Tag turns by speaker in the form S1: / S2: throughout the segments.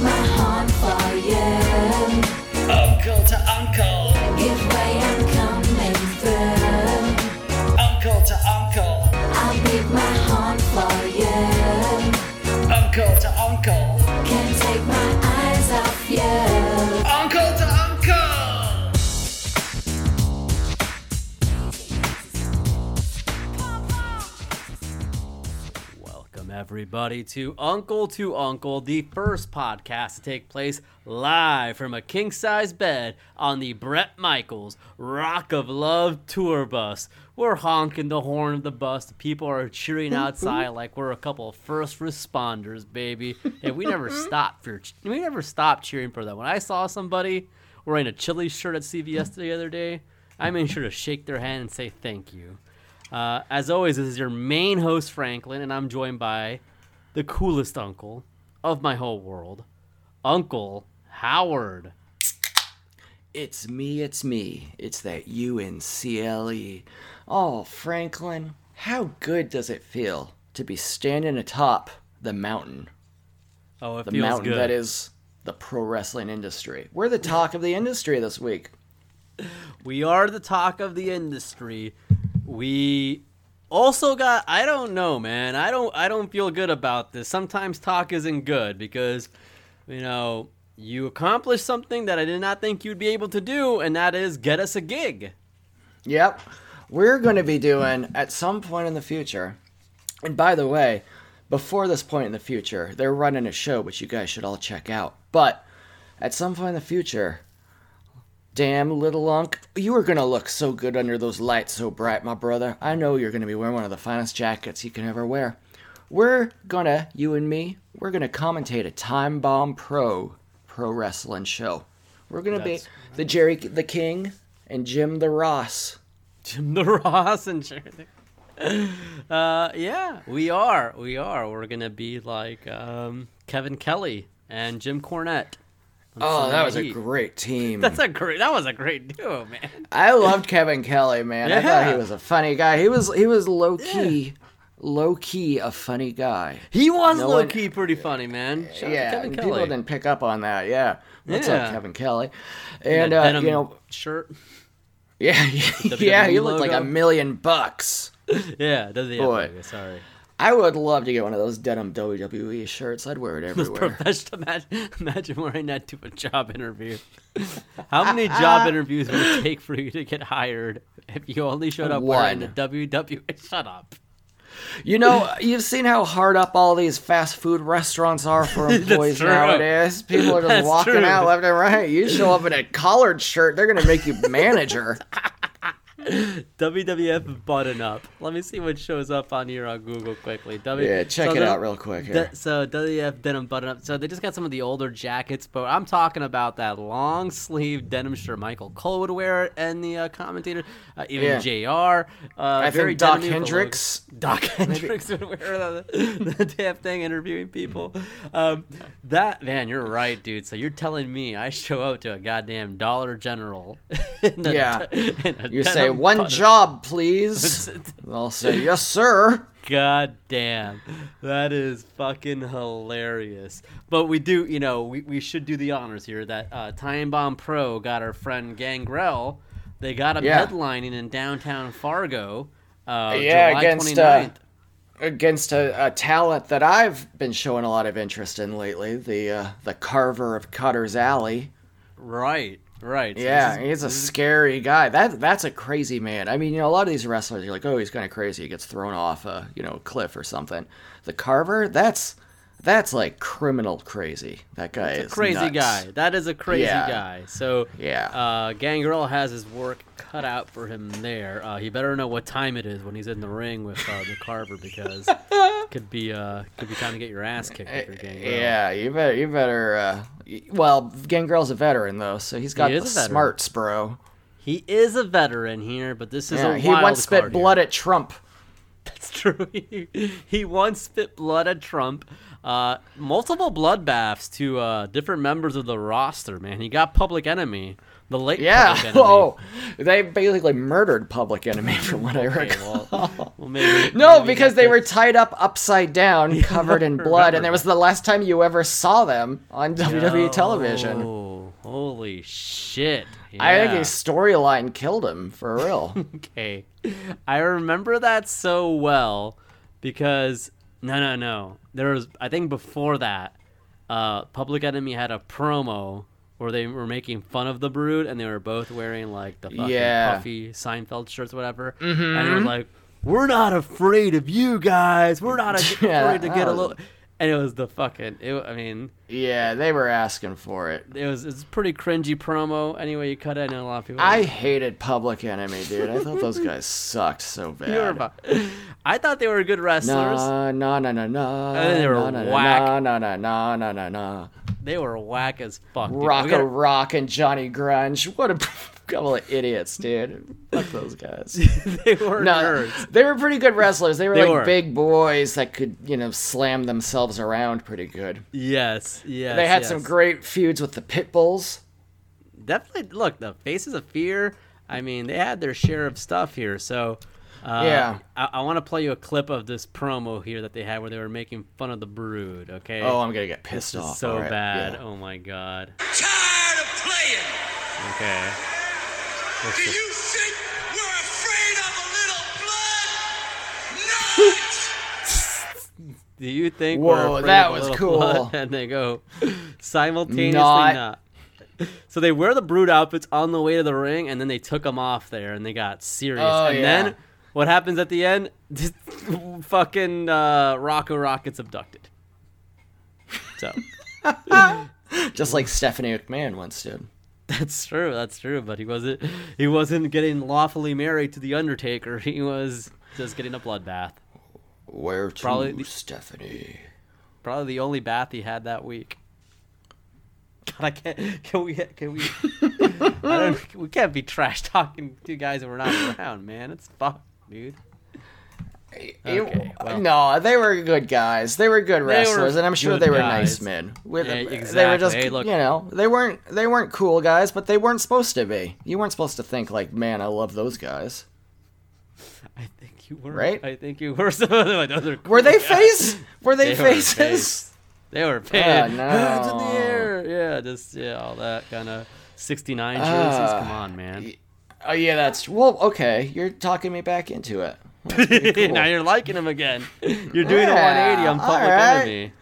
S1: my heart for you.
S2: Uncle to uncle,
S1: Give way, I'm coming through.
S2: uncle to uncle,
S1: I'll beat my heart for you.
S2: uncle to uncle,
S1: Can't take my eyes off you.
S2: uncle to uncle.
S3: Welcome, everybody, to Uncle to Uncle, the first podcast to take place live from a king size bed on the Brett Michaels Rock of Love tour bus. We're honking the horn of the bus. The people are cheering outside like we're a couple of first responders, baby. And we never stop for we never stop cheering for them. When I saw somebody wearing a Chili's shirt at CVS the other day, I made sure to shake their hand and say thank you. Uh, as always, this is your main host, Franklin, and I'm joined by the coolest uncle of my whole world, Uncle Howard.
S4: It's me, it's me. It's that UNCLE. Oh, Franklin, how good does it feel to be standing atop the mountain?
S3: Oh, it
S4: The
S3: feels
S4: mountain
S3: good.
S4: that is the pro wrestling industry. We're the talk of the industry this week.
S3: We are the talk of the industry. We also got I don't know, man. I don't I don't feel good about this. Sometimes talk isn't good because you know, you accomplished something that I did not think you'd be able to do, and that is get us a gig.
S4: Yep. We're going to be doing at some point in the future. And by the way, before this point in the future, they're running a show which you guys should all check out. But at some point in the future, damn little unk, you are going to look so good under those lights so bright, my brother. I know you're going to be wearing one of the finest jackets you can ever wear. We're going to, you and me, we're going to commentate a Time Bomb Pro pro wrestling show. We're going to be
S3: That's
S4: the Jerry the King and Jim the Ross
S3: Jim the Ross and Sharon. Uh, yeah, we are. We are. We're gonna be like um, Kevin Kelly and Jim Cornette. on
S4: Oh,
S3: Sunday
S4: that was a
S3: Heat.
S4: great team.
S3: That's a great. That was a great duo, man.
S4: I loved Kevin Kelly, man. I thought
S3: Yeah.
S4: he was a funny guy. He was he was low key, low key a funny guy.
S3: He was
S4: No
S3: low
S4: one-
S3: key pretty funny, man. Shout out to
S4: yeah,
S3: Kevin
S4: people
S3: Kelly.
S4: didn't pick up on that. Yeah, what's
S3: Yeah.
S4: up, Kevin Kelly?
S3: That
S4: And uh,
S3: denim
S4: you know,
S3: shirt.
S4: yeah, yeah, he looked like a
S3: logo.
S4: million bucks.
S3: Yeah, does he?
S4: Boy.
S3: Boy, sorry.
S4: I would love to get one of those denim WWE shirts. I'd wear it everywhere.
S3: Professional. Imagine, imagine wearing that to a job interview. How many job interviews would it take for you to get hired if you only showed up wearing the
S4: One.
S3: WWE? Shut up.
S4: You know, you've seen how hard up all these fast food restaurants are for employees
S3: true.
S4: nowadays. People are just
S3: That's
S4: walking
S3: true.
S4: out left and right. You show up in a collared shirt, they're gonna make you manager.
S3: WWF button up. Let me see what shows up on here on Google quickly. W-
S4: yeah, check
S3: so
S4: it
S3: the-
S4: out real quick.
S3: the-
S4: Here.
S3: so WWF denim button up. So they just got some of the older jackets, but I'm talking about that long sleeve denim shirt Michael Cole would wear, and the uh, commentator, uh, even
S4: Yeah.
S3: Jr. Uh,
S4: I
S3: very
S4: think Doc
S3: denim-y for
S4: Hendricks.
S3: Doc Hendricks would wear the, the damn thing interviewing people. Um, that man, you're right, dude. So you're telling me I show up to a goddamn Dollar General? in a-
S4: Yeah.
S3: in a
S4: You say
S3: denim
S4: one
S3: button-up
S4: job, please. I'll say yes, sir.
S3: God damn. That is fucking hilarious. But we do, you know, we, we should do the honors here that uh, Time Bomb Pro got our friend Gangrel. They got him
S4: Yeah.
S3: headlining in downtown Fargo. Uh,
S4: Yeah,
S3: July
S4: against,
S3: 29th.
S4: Against a, a talent that I've been showing a lot of interest in lately, the uh, the Carver of Cutter's Alley.
S3: Right, right. So
S4: Yeah,
S3: this is-
S4: he's a scary guy. That that's a crazy man. I mean, you know, a lot of these wrestlers, you're like, oh, he's kind of crazy. He gets thrown off a you know a cliff or something. The Carver, that's that's like criminal crazy. That guy is
S3: crazy
S4: nuts.
S3: guy. That is a crazy
S4: Yeah.
S3: guy. So
S4: Yeah.
S3: uh, Gangrel has his work cut out for him there. Uh, he better know what time it is when he's in the ring with uh, the Carver because could be uh, could be time to get your ass kicked if you're Gangrel.
S4: Yeah, you better you better. Uh, y- well, Gangrel's a veteran though, so he's got
S3: He is
S4: the
S3: a veteran.
S4: smarts, bro.
S3: he is a veteran here, but this is
S4: Yeah,
S3: a
S4: he
S3: wild
S4: once spit
S3: card
S4: blood at Trump.
S3: here. That's true. He, he once spit blood at Trump. Uh, multiple bloodbaths to uh, different members of the roster. Man, he got Public Enemy, the late Public
S4: Yeah.
S3: Enemy.
S4: Oh, they basically murdered Public Enemy, from what I
S3: Okay,
S4: recall.
S3: well, well, maybe,
S4: No,
S3: maybe
S4: because
S3: that
S4: they
S3: could-
S4: were tied up upside down, covered in blood, and
S3: remember.
S4: it was the last time you ever saw them on WWE E television.
S3: Oh, holy shit!
S4: I think
S3: Yeah.
S4: his storyline killed him for real.
S3: Okay. I remember that so well because no, no, no. There was I think before that, uh, Public Enemy had a promo where they were making fun of the Brood and they were both wearing like the fucking
S4: Yeah. Mm-hmm.
S3: puffy Seinfeld shirts, whatever. And it was like, "We're not afraid of you guys. We're not a-
S4: Yeah,
S3: afraid to
S4: that
S3: get a
S4: was-
S3: little." And it was the fucking. It, I mean,
S4: yeah, they were asking for it.
S3: it was it's a pretty cringy promo. Anyway, you cut it, and a lot of people.
S4: I hated Public Enemy, dude. I thought those guys sucked so bad.
S3: You were bu- I thought they were good wrestlers.
S4: Nah, nah, nah, nah, nah.
S3: And then they were
S4: nah, nah, nah,
S3: whack.
S4: Nah, nah, nah, nah, nah, nah.
S3: They were whack as fuck. dude. We
S4: Rocka
S3: gotta-
S4: Rock and Johnny Grunge. What a couple of idiots, dude. Fuck those guys.
S3: they were
S4: No,
S3: nerds.
S4: they were pretty good wrestlers. They were
S3: They
S4: like
S3: were.
S4: big boys that could, you know, slam themselves around pretty good.
S3: Yes, yes.
S4: they had
S3: yes.
S4: some great feuds with the pit bulls.
S3: Definitely. Look, the Faces of Fear. I mean, they had their share of stuff here. So, uh,
S4: Yeah.
S3: I, I want to play you a clip of this promo here that they had where they were making fun of the Brood. Okay.
S4: Oh, I'm gonna get pissed
S3: this
S4: off.
S3: is so
S4: All right,
S3: bad.
S4: yeah.
S3: Oh my god.
S5: tired of playing.
S3: Okay.
S5: Do you think we're afraid of a little blood? Not!
S3: Do you think?
S4: Whoa,
S3: we're afraid
S4: that
S3: of a
S4: was
S3: little
S4: cool.
S3: blood? And they go simultaneously
S4: Not-
S3: not. So they wear the brood outfits on the way to the ring, and then they took them off there, and they got serious.
S4: Oh,
S3: and
S4: yeah.
S3: then what happens at the end? Just fucking uh, Rocco Rock gets abducted. So Oh,
S4: Just like Stephanie McMahon once did.
S3: that's true. That's true. But he wasn't. He wasn't getting lawfully married to the Undertaker. He was just getting a bloodbath.
S4: Where to,
S3: Probably the-
S4: Stephanie?
S3: Probably the only bath he had that week. God, I can't. Can we? Can we? I don't, we can't be trash talking to guys that were not around, man. It's fucked, dude. Okay, well.
S4: No, they were good guys. They were good
S3: were
S4: wrestlers, and I'm sure
S3: good
S4: they were nice
S3: guys.
S4: men. With,
S3: Yeah,
S4: They were
S3: exactly.
S4: just,
S3: Hey, look-
S4: you know, they weren't they weren't cool guys, but they weren't supposed to be. You weren't supposed to think like, man, I love those guys.
S3: I think you were
S4: Right?
S3: I think you were. Some of them, those are cool
S4: Were they
S3: guys.
S4: face? Were they,
S3: They were
S4: faces? Oh,
S3: face. They were paying
S4: no.
S3: hands in the air. Yeah, just yeah, all that kind of '69 jerseys.
S4: Ah.
S3: Come on, man.
S4: Oh yeah, that's well. Okay, you're talking me back into it.
S3: now you're liking them again. You're doing
S4: Yeah,
S3: a 180 on
S4: all
S3: Public
S4: right.
S3: Enemy.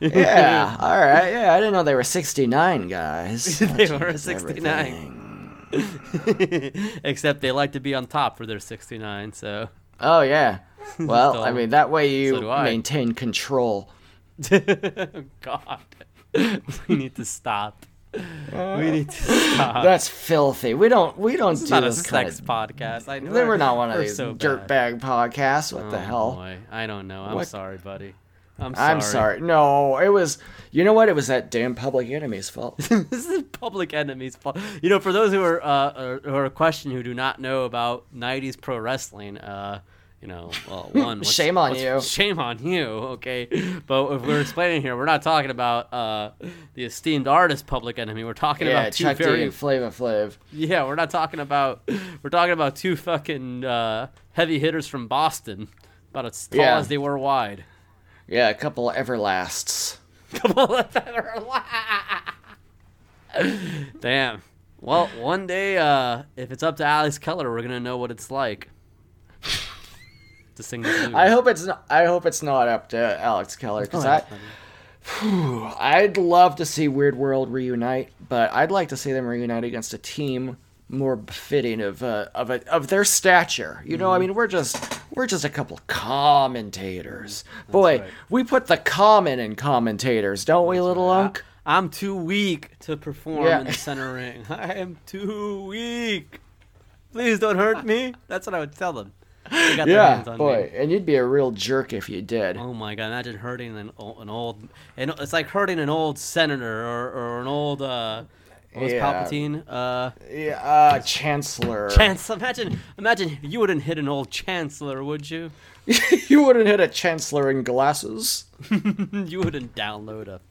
S4: Yeah, all right. Yeah, I didn't know they were 69 guys. That
S3: They were
S4: changes
S3: 69.
S4: everything.
S3: Except they like to be on top for their 69, so.
S4: Oh yeah. Well, I
S3: So-
S4: mean that way you
S3: so do I.
S4: maintain control.
S3: God. we need to stop. We need to stop.
S4: That's filthy. We don't. We don't
S3: It's
S4: do
S3: not a
S4: this kind
S3: sex
S4: of.
S3: podcast. I know.
S4: They were not one of
S3: we're
S4: these
S3: so bad.
S4: dirtbag podcasts. What the
S3: Oh,
S4: hell?
S3: boy. I don't know. I'm
S4: What-
S3: sorry, buddy. I'm sorry.
S4: I'm sorry. No, it was. You know what? It was that damn Public Enemy's fault.
S3: this is public enemy's fault. You know, for those who are uh, are- who are questioning who do not know about '90s pro wrestling, uh, you know, well, one what's-
S4: Shame on
S3: what's-
S4: you.
S3: shame on you. Okay, but if we're explaining here, we're not talking about uh, the esteemed artist Public Enemy. We're talking
S4: yeah,
S3: about two
S4: Chuck D
S3: very
S4: and Flava Flav.
S3: yeah. We're not talking about we're talking about two fucking uh, heavy hitters from Boston, about as tall
S4: Yeah.
S3: as they were wide.
S4: Yeah, a couple of everlasts.
S3: Damn. Well, one day, uh, if it's up to Alex Keller, we're gonna know what it's like to sing the blues.
S4: I hope it's not. I hope it's not up to Alex Keller
S3: Oh,
S4: because I, Whew, I'd love to see Weird World reunite, but I'd like to see them reunite against a team more befitting of uh, of a, of their stature. You know, I mean, we're just we're just a couple commentators. Boy,
S3: right.
S4: we put the common in commentators, don't we, little Unc?
S3: I'm too weak to perform
S4: Yeah.
S3: in the center ring. I am too weak. Please don't hurt me. That's what I would tell them. They got their
S4: Yeah,
S3: hands on
S4: boy,
S3: me.
S4: and you'd be a real jerk if you did.
S3: Oh my god! Imagine hurting an, o- an old, and it's like hurting an old senator or, or an old uh, What was
S4: Yeah.
S3: Palpatine? Uh,
S4: Yeah, uh, Chancellor.
S3: Chancellor. Imagine, imagine you wouldn't hit an old Chancellor, would you?
S4: you wouldn't hit a Chancellor in glasses,
S3: Hmm, You wouldn't download a.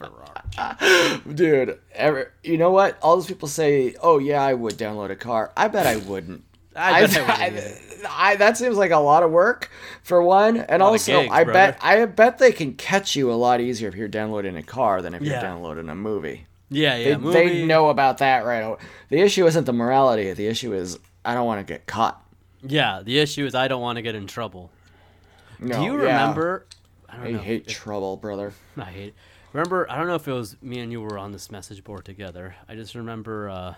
S3: Okay.
S4: dude. Ever, you know what? All those people say, "Oh yeah, I would download a car." I bet I wouldn't.
S3: I bet I wouldn't
S4: I- that seems like a lot of work for one, and
S3: of
S4: also
S3: gigs,
S4: I
S3: brother.
S4: bet I bet they can catch you a lot easier if you're downloading a car than if
S3: Yeah.
S4: you're downloading a movie.
S3: Yeah, yeah.
S4: They,
S3: movie.
S4: they know about that right away. The issue isn't the morality. The issue is I don't want to get caught.
S3: Yeah, the issue is I don't want to get in trouble.
S4: No,
S3: Do you
S4: Oh, yeah.
S3: remember? I don't
S4: I
S3: know.
S4: hate trouble, brother.
S3: I hate. Remember? I don't know if it was me and you were on this message board together. I just remember uh,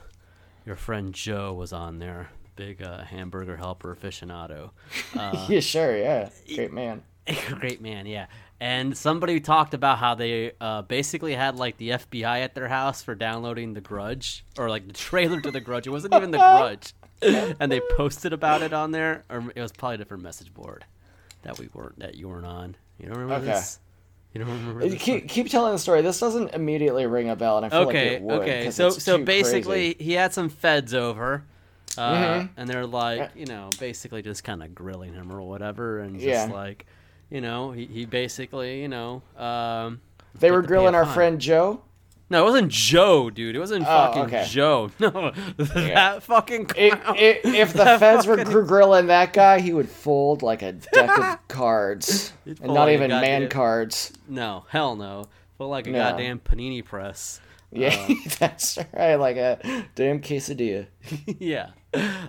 S3: your friend Joe was on there, big uh, hamburger helper aficionado. Uh,
S4: yeah, sure, yeah, great man.
S3: Great man, yeah. And somebody talked about how they uh, basically had like the FBI at their house for downloading The Grudge or like the trailer to The Grudge. It wasn't even The Grudge, and they posted about it on there, or it was probably a different message board that we weren't that you weren't on. You don't remember
S4: Okay.
S3: this? You don't remember
S4: You
S3: this?
S4: Keep, keep telling the story. This doesn't immediately ring a bell, and I feel like
S3: okay,
S4: it would.
S3: okay.
S4: 'cause
S3: So
S4: it's
S3: so
S4: too crazy.
S3: basically,
S4: Mm-hmm.
S3: he had some feds over. Uh, And they're like, you know, basically just kind of grilling him or whatever, and just
S4: Yeah.
S3: like, you know, he, he basically, you know, um,
S4: they were
S3: to pay
S4: grilling
S3: a
S4: our
S3: fine.
S4: friend Joe.
S3: No, it wasn't Joe, dude. It wasn't fucking
S4: Oh, okay.
S3: Joe. No, that fucking
S4: It,
S3: clown.
S4: it, if the feds were gr- grilling that guy, he would fold like a deck of cards,
S3: He'd
S4: and
S3: fold
S4: not
S3: like a
S4: even man
S3: goddamn- Uh.
S4: cards.
S3: no, hell no. Felt like a
S4: No.
S3: goddamn panini press.
S4: Yeah, that's right. Like a damn quesadilla.
S3: yeah.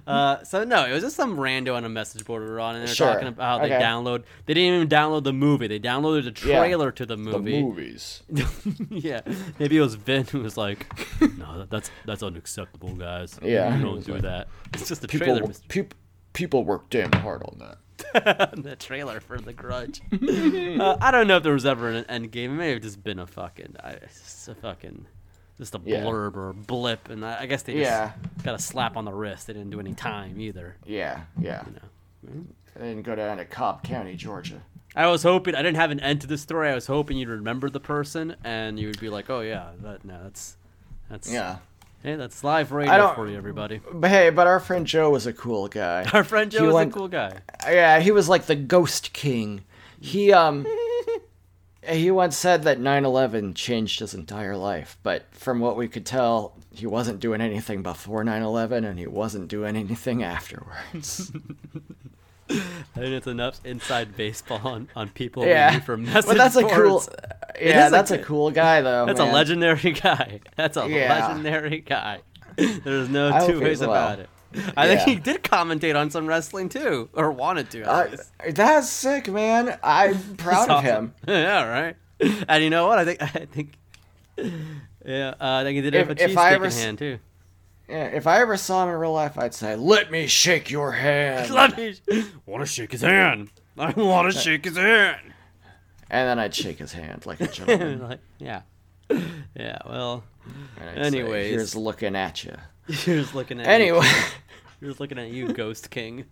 S3: Uh, so no, it was just some rando on a message board we were on, and they're
S4: Sure.
S3: talking about how they
S4: Okay.
S3: download. They didn't even download the movie. They downloaded the
S4: Yeah.
S3: trailer to the movie.
S4: movies.
S3: yeah, maybe it was Vin who was like, "No, that, that's that's unacceptable, guys.
S4: Yeah.
S3: you don't do that. It's just a
S4: People,
S3: trailer, Mr.
S4: people, people work damn hard on that.
S3: the trailer for The Grudge. uh, I don't know if there was ever an end game. It may have just been a fucking, I, just a fucking, just a
S4: Yeah.
S3: blurb or a blip, and I, I guess they just
S4: Yeah.
S3: got a slap on the wrist. They didn't do any time either.
S4: Yeah, yeah.
S3: know.
S4: And then go down to Cobb County, Georgia.
S3: I was hoping I didn't have an end to the story. I was hoping you'd remember the person and you'd be like, "Oh yeah, that no, that's that's
S4: Yeah.
S3: Hey, that's live
S4: I
S3: radio
S4: don't-
S3: for you, everybody."
S4: But hey, but our friend Joe was a cool guy.
S3: Our friend Joe
S4: He
S3: is
S4: went-
S3: a cool guy.
S4: Yeah, he was like the ghost king. He um he once said that 9/11 changed his entire life, but from what we could tell, he wasn't doing anything before 9/11 and he wasn't doing anything afterwards.
S3: I think it's enough inside baseball on, on people
S4: yeah.
S3: yeah. from message
S4: but that's a cool
S3: boards.
S4: Yeah,
S3: is a
S4: that's a
S3: good-
S4: cool guy though.
S3: That's
S4: man.
S3: a legendary guy. That's a
S4: Yeah.
S3: legendary guy. There's no
S4: I hope
S3: two
S4: he
S3: ways
S4: is well.
S3: about it. I think
S4: Yeah.
S3: he did commentate on some wrestling too, or wanted to. at
S4: Uh,
S3: least.
S4: that's sick, man. I'm proud of him.
S3: yeah, right. And you know what? I think I think yeah, uh, I think he did
S4: If-
S3: have a
S4: if I
S3: cheesesteak
S4: ever
S3: in
S4: s-
S3: hand too.
S4: Yeah, if I ever saw him in real life, I'd say, "Let me shake your hand."
S3: Let me want to shake his hand. I want to shake his hand.
S4: And then I'd shake his hand like a gentleman.
S3: like, yeah, yeah. Well,
S4: And I'd say,
S3: Anyways.
S4: here's looking at you.
S3: here's looking at you.
S4: Anyway,
S3: Here's looking at you, Ghost King.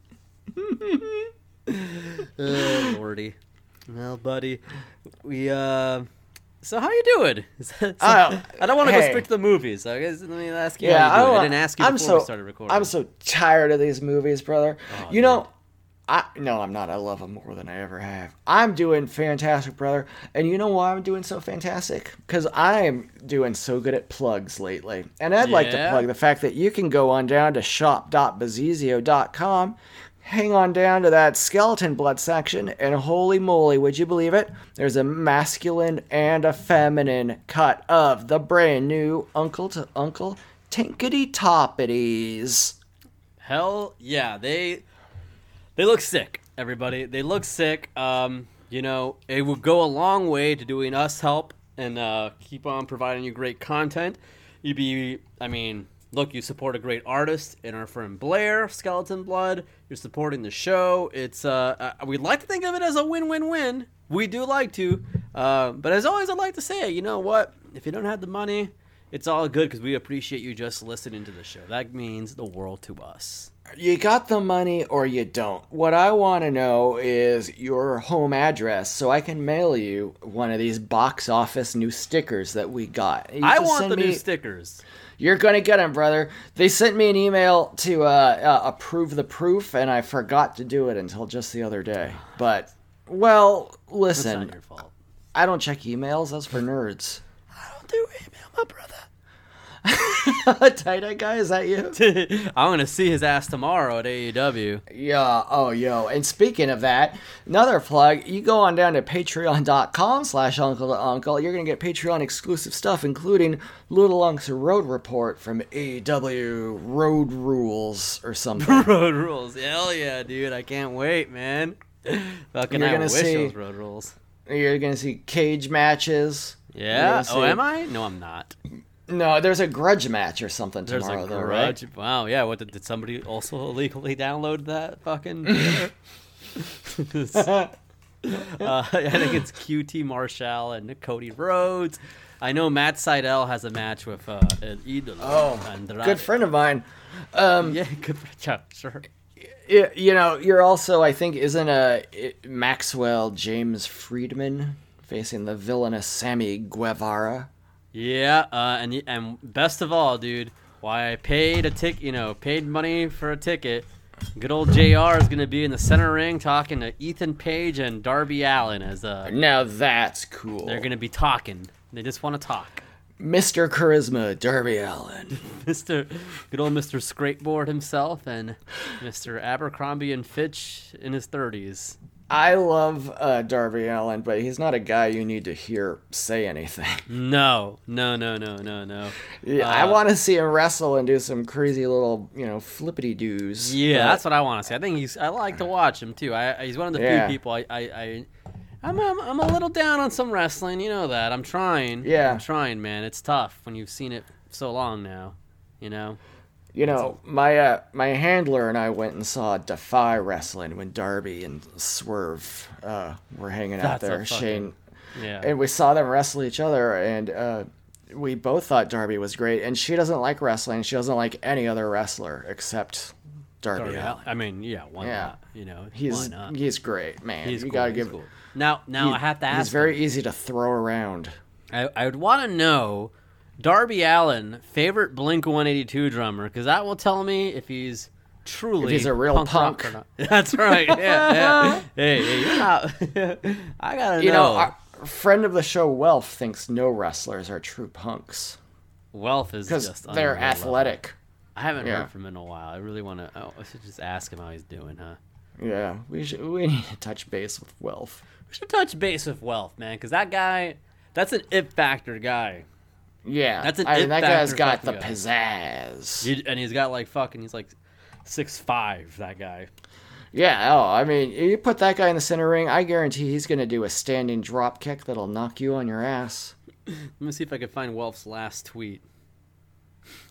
S3: oh, lordy. Well, buddy, we uh. So how you doing? Is that- so-
S4: Oh,
S3: I don't want to go
S4: hey.
S3: straight to the movies. So I guess let me ask you.
S4: yeah,
S3: how you doing. I,
S4: wa-
S3: didn't ask you
S4: I'm
S3: before
S4: so,
S3: we started recording. Oh,
S4: I'm so tired of these movies, brother. you
S3: dude.
S4: know, I no, I'm not. I love them more than I ever have. I'm doing fantastic, brother. And you know why I'm doing so fantastic? Because I am doing so good at plugs lately. And I'd like to
S3: Yeah?
S4: plug the fact that you can go on down to shop.bazizio.com. Hang on down to that skeleton blood section, and holy moly, would you believe it? There's a masculine and a feminine cut of the brand new Uncle to Uncle Tinkety Toppities.
S3: Hell yeah, they they look sick, everybody. They look sick. Um, you know, it would go a long way to doing us help and uh, keep on providing you great content. You'd be, I mean, look, you support a great artist and our friend Blair Skeleton Blood. You're supporting the show. It's uh, uh, we like to think of it as a win-win-win. We do like to, uh, but as always, I'd like to say, you know what? If you don't have the money, it's all good because we appreciate you just listening to the show. That means the world to us.
S4: you got the money or you don't. What I want to know is your home address so I can mail you one of these box office new stickers that we got. You
S3: I
S4: just
S3: want
S4: send
S3: the new
S4: me-
S3: stickers.
S4: You're gonna get them, brother. They sent me an email to uh, uh, approve the proof, and I forgot to do it until just the other day. But well,
S3: It's not
S4: listen,
S3: your fault.
S4: I don't check emails. That's for nerds.
S3: I don't do email, my brother.
S4: Tight guy, is that you?
S3: I'm gonna see his ass tomorrow at E AEW.
S4: Yeah. Oh, yo. And speaking of that, another plug. You go on down to patreon.com slash uncle to uncle. You're going to get Patreon exclusive stuff, including Little Unc's Road Report from AEW Road Rules or something.
S3: Road rules, hell yeah, dude! I can't wait, man. Fucking,
S4: You're
S3: I
S4: gonna
S3: wish
S4: see-
S3: those road rules.
S4: You're going to see cage matches. You're
S3: Yeah.
S4: gonna
S3: Oh,
S4: see-
S3: am I? No, I'm not.
S4: No, there's a grudge match or something
S3: There's
S4: tomorrow,
S3: a
S4: though,
S3: grudge.
S4: right?
S3: Wow. Yeah. What did, did somebody also illegally download that fucking? trailer? uh, I think it's QT Marshall and Cody Rhodes. I know Matt Seidel has a match with uh, an Idol.
S4: Oh,
S3: Andrade.
S4: good friend of mine.
S3: Yeah, good for yeah, sure.
S4: Y- you know, you're also, I think, isn't a it- Maxwell James Friedman facing the villainous Sammy Guevara?
S3: Yeah, uh, and and best of all, dude, why I paid a tick, you know, paid money for a ticket. Good old Jr. is gonna be in the center ring talking to Ethan Page and Darby Allen as uh,
S4: Now that's cool.
S3: they're gonna be talking. They just want to talk.
S4: Mr. Charisma, Darby Allen.
S3: Mister, good old Mister Scrapeboard himself and Mister Abercrombie and Fitch in his thirties.
S4: I love uh, Darby Allen, but he's not a guy you need to hear say anything.
S3: No, no, no, no, no, no.
S4: Yeah, I
S3: Uh,
S4: want to see him wrestle and do some crazy little, you know, flippity doos.
S3: Yeah, that's what I want to see. I think he's. I like to watch him too. I, I- he's one of the
S4: Yeah.
S3: few people I. I, I I'm, I'm, I'm a little down on some wrestling. You know that. I'm trying.
S4: Yeah.
S3: I'm trying, man. It's tough when you've seen it so long now. You know.
S4: You know, my uh, my handler and I went and saw Defy wrestling when Darby and Swerve uh, were hanging out
S3: That's a
S4: there.
S3: fucking-
S4: Shane
S3: Yeah.
S4: and we saw them wrestle each other, and uh, we both thought Darby was great. And she doesn't like wrestling; she doesn't like any other wrestler except Darby.
S3: Darby
S4: Allin.
S3: Allin. I mean, yeah. Why
S4: Yeah.
S3: not? You know. why
S4: He's
S3: not?
S4: he's great, man.
S3: He's
S4: you
S3: cool,
S4: gotta
S3: he's
S4: give.
S3: cool. Now, now
S4: he-
S3: I have to ask.
S4: He's very easy to throw around.
S3: I, I would want to know Darby Allen favorite Blink 182 drummer because that will tell me if he's truly
S4: If he's a real
S3: rock
S4: punk.
S3: or not. That's right. Yeah, yeah. Hey, hey, you're not- I gotta
S4: You
S3: know.
S4: know, our friend of the show Welf thinks no wrestlers are true punks
S3: Wealth is
S4: because
S3: just
S4: they're
S3: unreal level.
S4: athletic.
S3: I haven't
S4: Yeah.
S3: heard from him in a while. I really want to. I should just ask him how he's doing, huh?
S4: Yeah, we should, we need to touch base with Welf.
S3: We should touch base with Wealth, man, because that guy, that's an it factor guy.
S4: Yeah,
S3: That's an
S4: I
S3: it
S4: mean, that guy's
S3: factor
S4: got the
S3: fucking
S4: pizzazz.
S3: He- and he's got like fucking, he's like six five. That guy.
S4: Yeah, oh, I mean, you put that guy in the center ring, I guarantee he's going to do a standing drop kick that'll knock you on your ass.
S3: Let me see if I can find Welf's last tweet.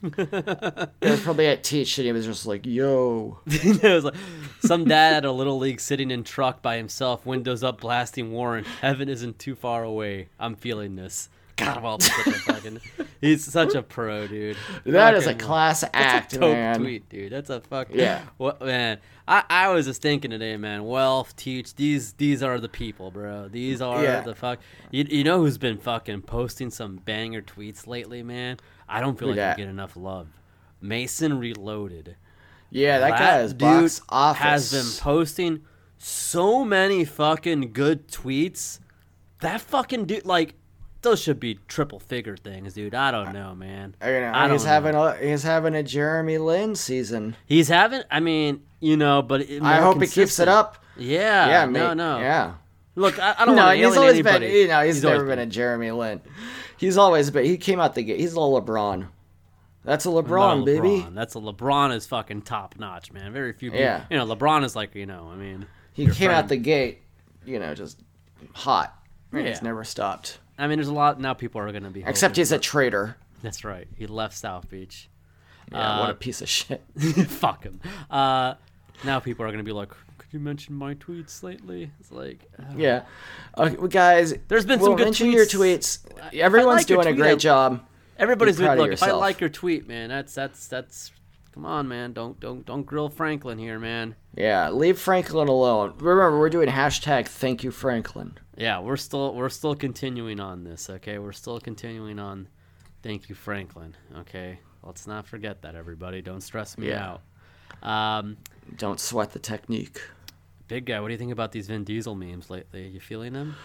S4: It was probably at Teach, and he was just like, yo.
S3: it was like some dad at a little league sitting in truck by himself, windows up, blasting Warren. Heaven isn't too far away. I'm feeling this. God, Welp is such a fucking. He's such a pro, dude.
S4: That is a
S3: Fucking-
S4: class act,
S3: That's a dope
S4: man.
S3: tweet, dude. That's a fucking.
S4: Yeah.
S3: What man? I, I was just thinking today, man. Welf, teach these these are the people, bro. These are
S4: Yeah.
S3: the fuck. You, you know who's been fucking posting some banger tweets lately, man? I don't feel
S4: Who
S3: like
S4: dat?
S3: I get enough love. Mason Reloaded.
S4: Yeah, that, guy is box office.
S3: has been posting so many fucking good tweets. That fucking dude, like, those should be triple figure things, dude. I don't know, man.
S4: You know,
S3: I
S4: he's
S3: don't
S4: having a he's having a Jeremy Lin season.
S3: He's having. I mean, you know, but it,
S4: I
S3: more
S4: hope he keeps it
S3: consistent.
S4: up.
S3: Yeah.
S4: yeah,
S3: Uh, no,
S4: mate,
S3: no.
S4: yeah.
S3: Look, I, I don't
S4: No,
S3: want to
S4: and he's
S3: alien
S4: always
S3: anybody.
S4: been you know he's,
S3: always
S4: never been a Jeremy Lin. He's always been he came out the gate. He's a little LeBron. That's a LeBron,
S3: No,
S4: baby.
S3: LeBron. That's a LeBron is fucking top notch, man. Very few people.
S4: Yeah.
S3: You know, LeBron is like, you know, I mean,
S4: He
S3: your
S4: came out
S3: friend.
S4: the gate, you know, just hot. And He's
S3: Yeah.
S4: never stopped.
S3: I mean, there's a lot now. People are gonna be
S4: Except
S3: hoping
S4: he's a traitor.
S3: for- That's right. He left South Beach.
S4: Yeah, what
S3: Uh,
S4: a piece of shit.
S3: Fuck him. Uh, now people are gonna be like, could you mention my tweets lately? It's like, uh,
S4: Yeah. Okay, well, guys,
S3: There's been
S4: we'll
S3: some good
S4: mention your
S3: tweets.
S4: tweets. Everyone's
S3: like your
S4: doing a
S3: tweet,
S4: great
S3: I-
S4: job.
S3: everybody's
S4: Be proud
S3: been,
S4: of
S3: look. If I
S4: yourself.
S3: like your tweet, man, that's that's that's Come on, man. Don't don't don't grill Franklin here, man.
S4: Yeah, leave Franklin alone. Remember, we're doing hashtag thank you Franklin.
S3: Yeah, we're still we're still continuing on this. Okay, we're still continuing on. Thank you, Franklin. Okay, let's not forget that, everybody. Don't stress me
S4: Yeah.
S3: out. Um,
S4: Don't sweat the technique.
S3: big guy, what do you think about these Vin Diesel memes lately? You feeling them?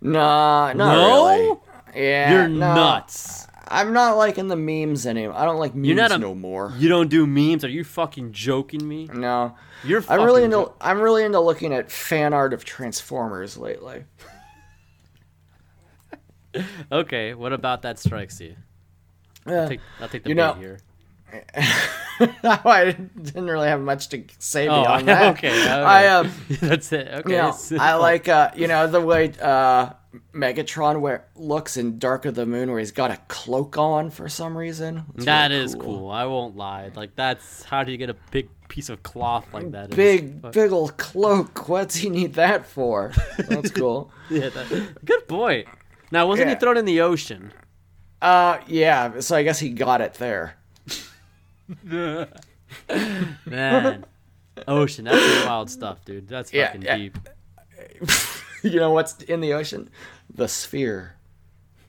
S4: Nah, not
S3: No?
S4: really. Yeah,
S3: You're
S4: no.
S3: nuts.
S4: I'm not liking the memes anymore. I don't like memes
S3: You're not a-
S4: no more.
S3: You don't do memes? Are you fucking joking me?
S4: No,
S3: You're.
S4: I'm
S3: Fucking
S4: really into.
S3: jo-
S4: I'm really into looking at fan art of Transformers lately.
S3: okay, what about that strikes you?
S4: Yeah.
S3: I'll take, I'll take
S4: Uh,
S3: the
S4: You
S3: bait
S4: know-
S3: here.
S4: I didn't really have much to say
S3: Oh,
S4: beyond that.
S3: okay.
S4: I
S3: alright.
S4: um,
S3: That's it. Okay.
S4: you know,
S3: so-
S4: I like uh, you know, the way uh, Megatron where looks in Dark of the Moon, where he's got a cloak on for some reason. It's
S3: That
S4: really
S3: is cool. I won't lie. Like that's how do you get a big piece of cloth like that? in his
S4: Big,
S3: fu-
S4: big old cloak. What's he need that for? That's cool.
S3: Yeah, that- good boy. Now wasn't
S4: Yeah.
S3: he thrown in the ocean?
S4: Uh, yeah. So I guess he got it there.
S3: Man, ocean. That's some wild stuff, dude. That's
S4: Yeah,
S3: fucking
S4: yeah.
S3: deep.
S4: You know what's in the ocean? The sphere.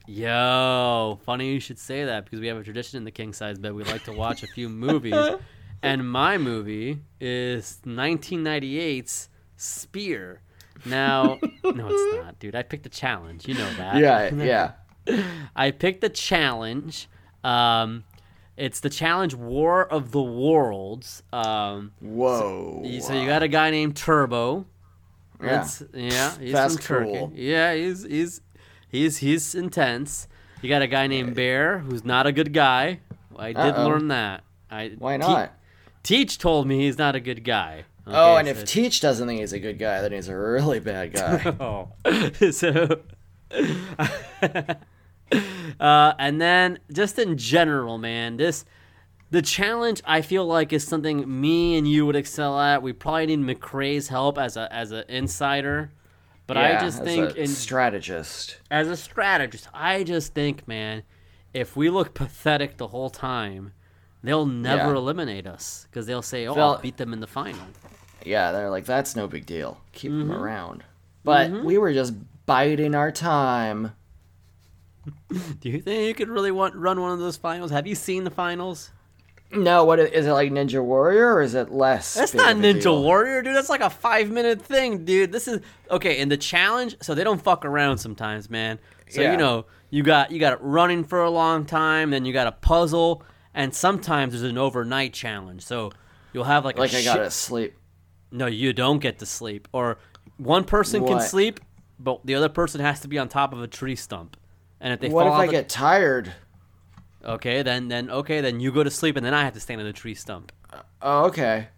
S3: Yo, funny you should say that because we have a tradition in the king size bed. We like to watch a few movies, and my movie is 1998's Spear. Now, no, it's not, dude. I picked a challenge. You know that.
S4: Yeah, yeah.
S3: I picked the challenge. Um, it's the challenge War of the Worlds. Um,
S4: Whoa.
S3: you- so you got a guy named Turbo.
S4: yeah.
S3: That's- yeah, he's
S4: That's
S3: from Turkey.
S4: cool.
S3: Yeah, he's he's he's he's intense. You got a guy named Bear who's not a good guy. I did
S4: Uh-oh.
S3: learn that. I
S4: Why
S3: Te-
S4: not?
S3: Teach told me he's not a good guy.
S4: oh,
S3: Okay,
S4: and
S3: so-
S4: if Teach doesn't think he's a good guy, then he's a really bad guy.
S3: Oh. so. uh, and then just in general, man, this. The challenge I feel like is something me and you would excel at. We probably need McCrae's help as a as an insider, but
S4: Yeah,
S3: I just
S4: as
S3: think
S4: a
S3: in
S4: strategist.
S3: as a strategist, I just think, man, if we look pathetic the whole time, they'll never
S4: Yeah.
S3: eliminate us because they'll say, "Oh, I'll
S4: They'll-
S3: beat them in the final."
S4: Yeah, they're like, that's no big deal. Keep them
S3: Mm-hmm.
S4: around. But we were just biding our time.
S3: Do you think you could really want, run one of those finals? Have you seen the finals?
S4: No, what i- is it like Ninja Warrior or is it less?
S3: That's
S4: big
S3: not
S4: of a
S3: Ninja
S4: deal?
S3: Warrior, dude. That's like a five minute thing, dude. This is okay. And the challenge, so they don't fuck around sometimes, man. So
S4: Yeah.
S3: you know, you got you got it running for a long time, then you got a puzzle, and sometimes there's an overnight challenge. So you'll have like
S4: Like
S3: a
S4: I
S3: shi-
S4: gotta sleep.
S3: no, you don't get to sleep, or one person can
S4: What?
S3: sleep, but the other person has to be on top of a tree stump. And if they
S4: What if
S3: fall,
S4: I
S3: off the-
S4: get tired?
S3: okay, then then okay, then you go to sleep, and then I have to stand on the tree stump.
S4: Oh, okay.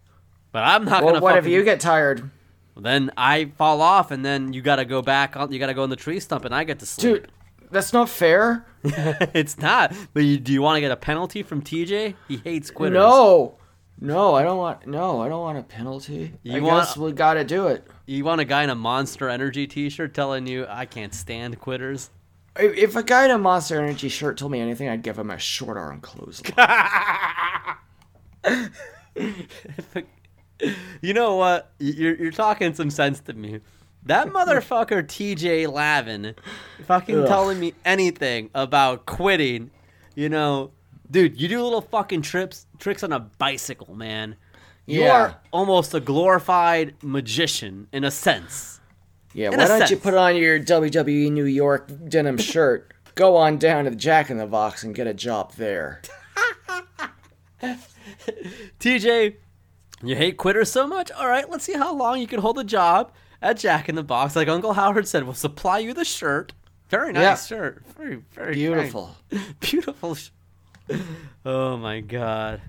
S3: But I'm not
S4: Well,
S3: gonna.
S4: what if
S3: fucking-
S4: you get tired?
S3: Then I fall off, and then you gotta go back on. You gotta go in the tree stump, and I get to sleep.
S4: Dude, that's not fair.
S3: it's not. But you, do you want to get a penalty from TJ? He hates quitters.
S4: No. No, I don't want no, I don't want a penalty. You I
S3: You want-
S4: guess we gotta do it.
S3: You want a guy in a Monster Energy T-shirt telling you I can't stand quitters?
S4: I- If a guy in a Monster Energy shirt told me anything, I'd give him a short arm clothesline.
S3: You know what? Y- You're you're talking some sense to me. That motherfucker TJ Lavin, fucking
S4: Ugh.
S3: telling me anything about quitting. You know, dude, you do little fucking trips tricks on a bicycle, man. You
S4: Yeah.
S3: are almost a glorified magician in a sense.
S4: Yeah,
S3: In
S4: why
S3: a
S4: don't you
S3: sense.
S4: put on your WWE New York denim shirt, go on down to the Jack in the Box and get a job there?
S3: TJ, you hate quitters so much? All right, let's see how long you can hold a job at Jack in the Box. Like Uncle Howard said, we'll supply you the shirt. Very nice shirt. Very, very
S4: Beautiful.
S3: beautiful. Sh- oh my god!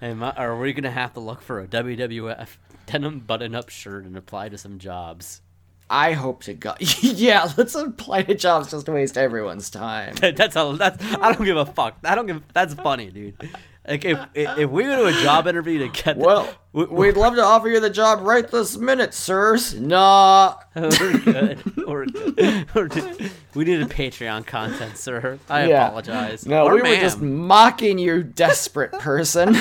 S3: Am I, are we gonna have to look for a WWF denim button-up shirt and apply to some jobs?
S4: I hope to God. yeah, let's apply to jobs just to waste everyone's time.
S3: That's a that's. I don't give a fuck. I don't give. That's funny, dude. Like if if if we go to a job interview to get
S4: Well-
S3: the, We,
S4: We'd love to offer you the job right this minute, sirs. Nah.
S3: we're good. We're good. We're just, we needed Patreon content, sir. I
S4: Yeah.
S3: apologize.
S4: No,
S6: Or
S4: we were just
S6: ma'am.
S4: mocking you, desperate person.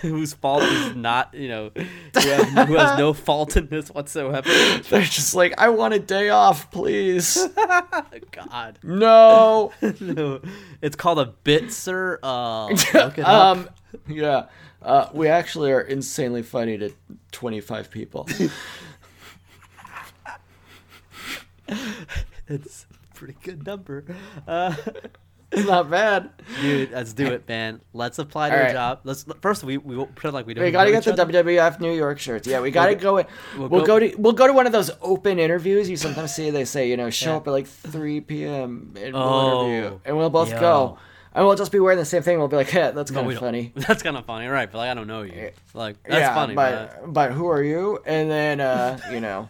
S3: Whose fault is not, you know, who, have, who has no fault in this whatsoever.
S4: They're just like, I want a day off, please.
S3: God.
S4: No.
S3: No. It's called a bit, sir. Uh, look it up.
S4: um, yeah. Uh, we actually are insanely funny to 25 people.
S3: It's a pretty good number. Uh,
S4: It's not bad.
S3: dude, let's do it, man. Let's apply to
S4: All
S3: a
S4: right.
S3: job. Let's First, we, we won't pretend like we don't
S4: We
S3: know
S4: gotta get
S3: each
S4: the
S3: other.
S4: WWF New York shirts. Yeah, we gotta go. In, we'll,
S3: go-
S4: go, to we'll go to one of those open interviews. You sometimes see they say you know show up at like 3 p.m. and we'll
S3: Oh,
S4: interview, and we'll both
S3: yo.
S4: go, and we'll just be wearing the same thing. We'll be like, hey, that's
S3: No,
S4: kind
S3: we
S4: of
S3: don't-
S4: funny.
S3: That's kind of funny, right? But like, I don't know you. Like, that's
S4: yeah,
S3: funny.
S4: but but who are you? And then uh, you know.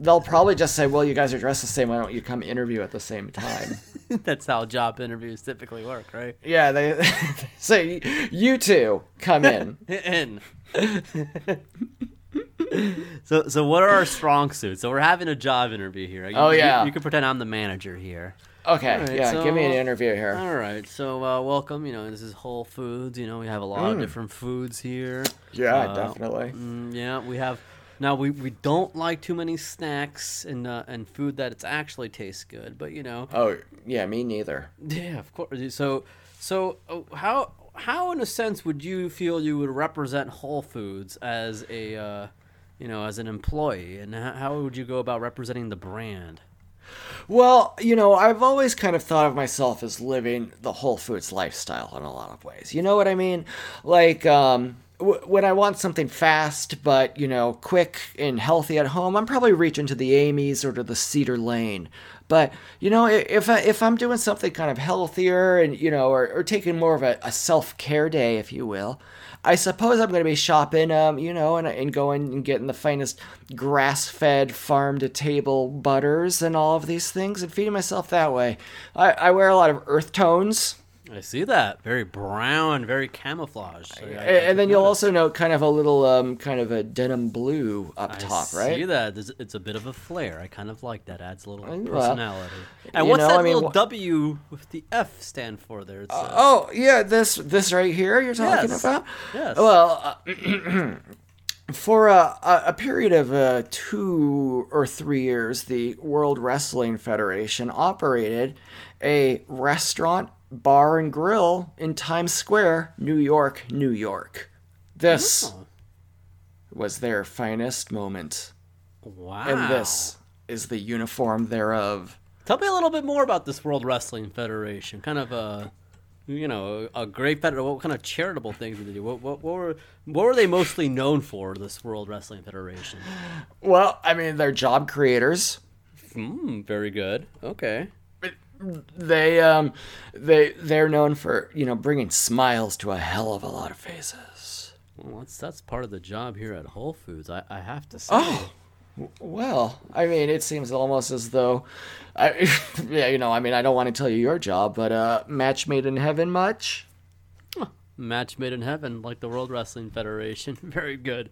S4: They'll probably just say, "Well, you guys are dressed the same. Why don't you come interview at the same time?"
S3: but that's how job interviews typically work, right?
S4: yeah, they say, "You two come in."
S3: in. so so what are our strong suits? So we're having a job interview here. You-
S4: Oh,
S3: you-
S4: yeah.
S3: You, can pretend I'm the manager here.
S4: Okay,
S3: right,
S4: yeah, give me an
S3: so-
S4: interview here.
S3: All right. So uh, welcome. You know this is Whole Foods. You know we have a lot of different foods here.
S4: Mm. Yeah,
S3: Uh,
S4: definitely.
S3: Mm, yeah, we have. Now we, we don't like too many snacks and uh, and food that it's actually tastes good, but you know.
S4: Oh, yeah, me neither.
S3: Yeah, of course. So, so uh, how how in a sense would you feel you would represent Whole Foods as a uh, you know as an employee, and how, how would you go about representing the brand?
S4: Well, you know, I've always kind of thought of myself as living the Whole Foods lifestyle in a lot of ways. You know what I mean? Like, um, w- when I want something fast but, you know, quick and healthy at home, I'm probably reaching to the Amy's or to the Cedar Lane. But, you know, i- if, I, if I'm doing something kind of healthier and, you know, or, or taking more of a, a self care day, if you will, I suppose I'm going to be shopping, um, you know, and, and going and getting the finest grass fed, farm to table butters and all of these things and feeding myself that way. I, I wear a lot of earth tones.
S3: I see that very brown, very camouflaged. So, yeah, I-
S4: a- And, then you'll also note kind of a little, um, kind of a denim blue up top,
S3: I see
S4: right?
S3: that. There's- It's a bit of a flair. I kind of like that. Adds a little
S4: well,
S3: personality. And
S4: you
S3: what's
S4: know,
S3: that
S4: I mean,
S3: little
S4: wh-
S3: W with the F stand for there? It's, uh,
S4: Oh yeah, this this right here you're Uh, talking
S3: Yes.
S4: about.
S3: yes.
S4: Well, uh, for a, a, a period of uh, two or three years, the World Wrestling Federation operated a restaurant, bar, and grill in Times Square, New York, New York. This was their finest moment,
S3: wow.
S4: and this is the uniform thereof.
S3: Tell me a little bit more about this World Wrestling Federation. Kind of a, you know, a great federation. What kind of charitable things did they do? What, what, what were what were they mostly known for? This World Wrestling Federation.
S4: Well, I mean, they're job creators.
S3: Hmm. Very good. Okay.
S4: They um, they they're known for you know bringing smiles to a hell of a lot of faces.
S3: Well, that's that's part of the job here at Whole Foods. I, I have to say.
S4: Well, I mean, it seems almost as though, I, yeah, you know, I mean, I don't want to tell you your job, but uh, match made in heaven, much.
S3: Match made in heaven, like the World Wrestling Federation. Very good.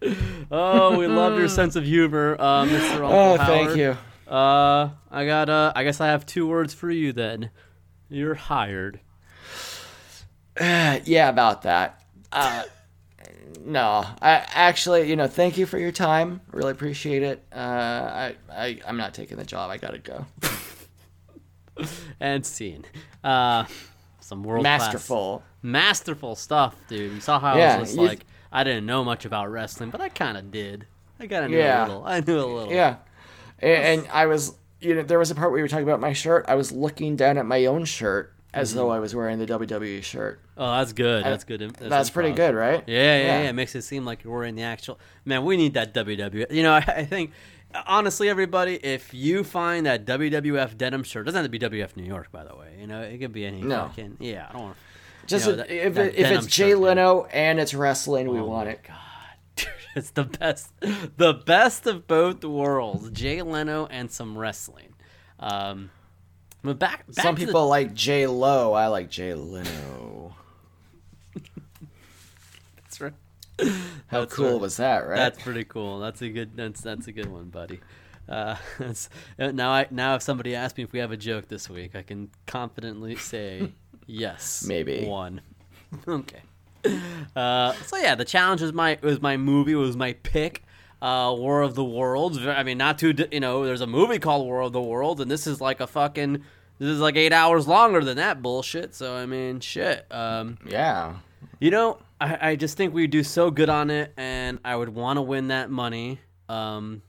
S3: Oh, we love your sense of humor, uh, Mr. Uncle
S4: Oh,
S3: Howard.
S4: thank you.
S3: Uh, I got. Uh, I guess I have two words for you then. You're hired.
S4: Uh, yeah, about that. Uh, no, I actually, you know, thank you for your time. Really appreciate it. Uh, I, I, I'm not taking the job. I gotta go.
S3: and scene. Uh, some world
S4: Masterful.
S3: masterful stuff, dude. You saw how I
S4: Yeah,
S3: was just
S4: you-
S3: like, I didn't know much about wrestling, but I kind of did. I kind of knew a
S4: Yeah.
S3: little. I knew a little.
S4: Yeah, and, and I was, you know, there was a part where you were talking about my shirt. I was looking down at my own shirt as
S3: Mm-hmm.
S4: though I was wearing the WWE shirt.
S3: Oh, that's good. That's good. That's,
S4: That's pretty
S3: improv.
S4: good, right?
S3: Yeah, yeah, yeah,
S4: Yeah.
S3: It makes it seem like we're in the actual. Man, we need that WWF. You know, I, I think honestly, everybody, if you find that WWF denim shirt, doesn't have to be WF New York, by the way. You know, it could be any
S4: No.
S3: fucking. Yeah, I don't. want
S4: Just
S3: you know, that-
S4: if,
S3: that Oh
S4: it, if
S3: denim
S4: it's Jay
S3: shirt, man.
S4: Leno and it's wrestling, we want it.
S3: It's the best, the best of both worlds. Jay Leno and some wrestling. Um, but back, back
S4: Some
S3: to the-
S4: people like Jay Lo. I like Jay Leno.
S3: that's right.
S4: How
S3: That's
S4: cool
S3: right.
S4: was that, right?
S3: That's pretty cool. That's a good. That's that's a good one, buddy. Uh, that's- uh, now I now if somebody asks me if we have a joke this week, I can confidently say yes.
S4: Maybe.
S3: one. okay. Uh, so yeah, the challenge was my was my movie was my pick. Uh, War of the Worlds. I mean, not too. di- You know, there's a movie called War of the Worlds, and this is like a fucking. This is like eight hours longer than that bullshit. So I mean, shit. Um,
S4: yeah.
S3: you know, I, I just think we do so good on it, and I would want to win that money. Um,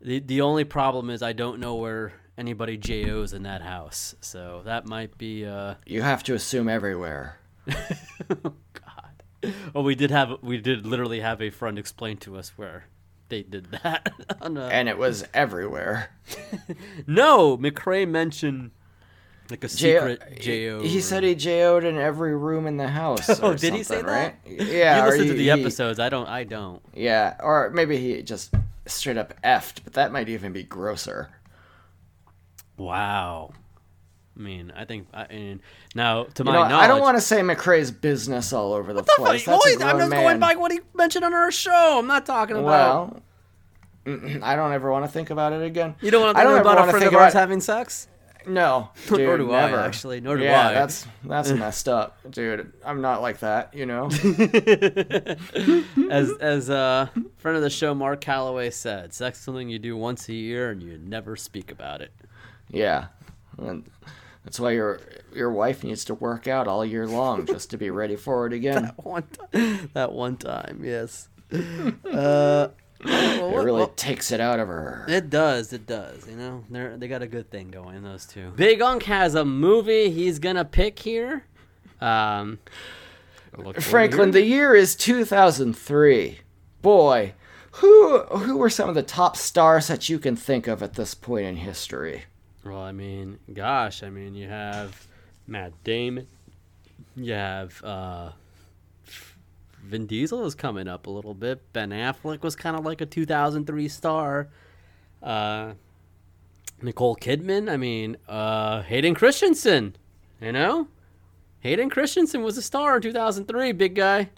S3: the the only problem is I don't know where anybody JOs in that house, so that might be. Uh,
S4: You have to assume everywhere.
S3: oh, we did have we did literally have a friend explain to us where they did that. on a-
S4: And it was everywhere.
S3: no, McRae mentioned like a
S4: J-
S3: secret JO.
S4: He said
S3: room.
S4: he JO'd in every room in the house.
S3: Oh,
S4: or
S3: did he say
S4: something,
S3: that?
S4: Right? Yeah.
S3: You
S4: or
S3: listened to
S4: he-
S3: the
S4: he-
S3: episodes. I don't. I don't.
S4: Yeah, or maybe he just straight up effed, but that might even be grosser.
S3: Wow. I mean, I think. I, and now, to
S4: You
S3: my
S4: know,
S3: knowledge,
S4: I don't want to say McRae's business all over the
S3: the
S4: place.
S3: fuck?
S4: That's a
S3: Well, I'm
S4: grown
S3: just
S4: man.
S3: going by what he mentioned on our show. I'm not talking about.
S4: Well, I don't ever want to think about it again.
S3: you don't want to
S4: I
S3: think
S4: ever
S3: about
S4: wanna
S3: a friend
S4: think
S3: of ours
S4: about-
S3: having sex.
S4: No,
S3: Nor
S4: dude,
S3: do I,
S4: never.
S3: actually. Nor do
S4: yeah,
S3: I.
S4: that's that's messed up, dude. I'm not like that, you know.
S3: As as uh, friend of the show Mark Calloway said, sex is something you do once a year and you never speak about it.
S4: yeah, And that's why your your wife needs to work out all year long just to be ready for it again.
S3: One time, that one time, yes. Uh, well,
S4: It
S3: what-
S4: really
S3: what-
S4: takes it out of her.
S3: It does, it does. You know, they they got a good thing going. Those two. Big Unk has a movie he's gonna pick here. Um,
S4: Franklin, the year is 2003. Boy, who who were some of the top stars that you can think of at this point in history?
S3: Well, I mean, gosh, I mean, you have Matt Damon, you have uh, Vin Diesel is coming up a little bit. Ben Affleck was kind of like a 2003 star. Uh, Nicole Kidman, I mean, uh, Hayden Christensen, you know, Hayden Christensen was a star in 2003, big guy.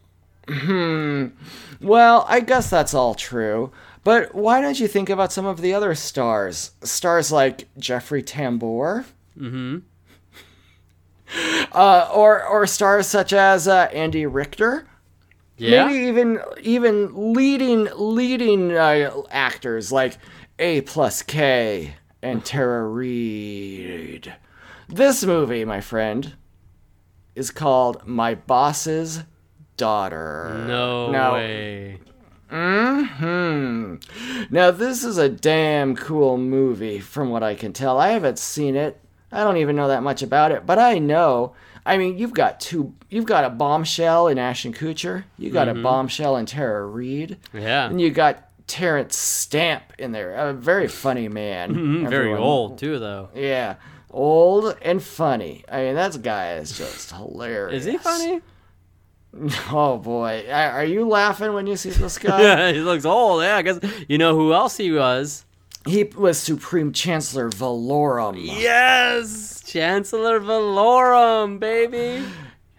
S4: Well, I guess that's all true. But why don't you think about some of the other stars? Stars like Jeffrey Tambor? Mm-hmm. Uh, or or stars such as uh, Andy Richter?
S3: Yeah,
S4: Maybe even even leading leading uh, actors like A plus K and Tara Reid. This movie, my friend, is called My Boss's Daughter.
S3: no,
S4: No.
S3: way.
S4: Hmm. Now this is a damn cool movie, from what I can tell. I haven't seen it. I don't even know that much about it, but I know. I mean, you've got two. You've got a bombshell in Ashton Kutcher. You got
S3: Mm-hmm.
S4: a bombshell in Tara Reid.
S3: Yeah,
S4: And you got Terrence Stamp in there. A very funny man.
S3: Mm, very
S4: Everyone-
S3: old too, though.
S4: Yeah, old and funny. I mean, that guy is just hilarious.
S3: Is he funny?
S4: Oh boy, are are you laughing when you see this guy?
S3: Yeah, he looks old. Yeah, I guess you know who else he was.
S4: He was Supreme Chancellor Valorum.
S3: Yes, Chancellor Valorum, baby.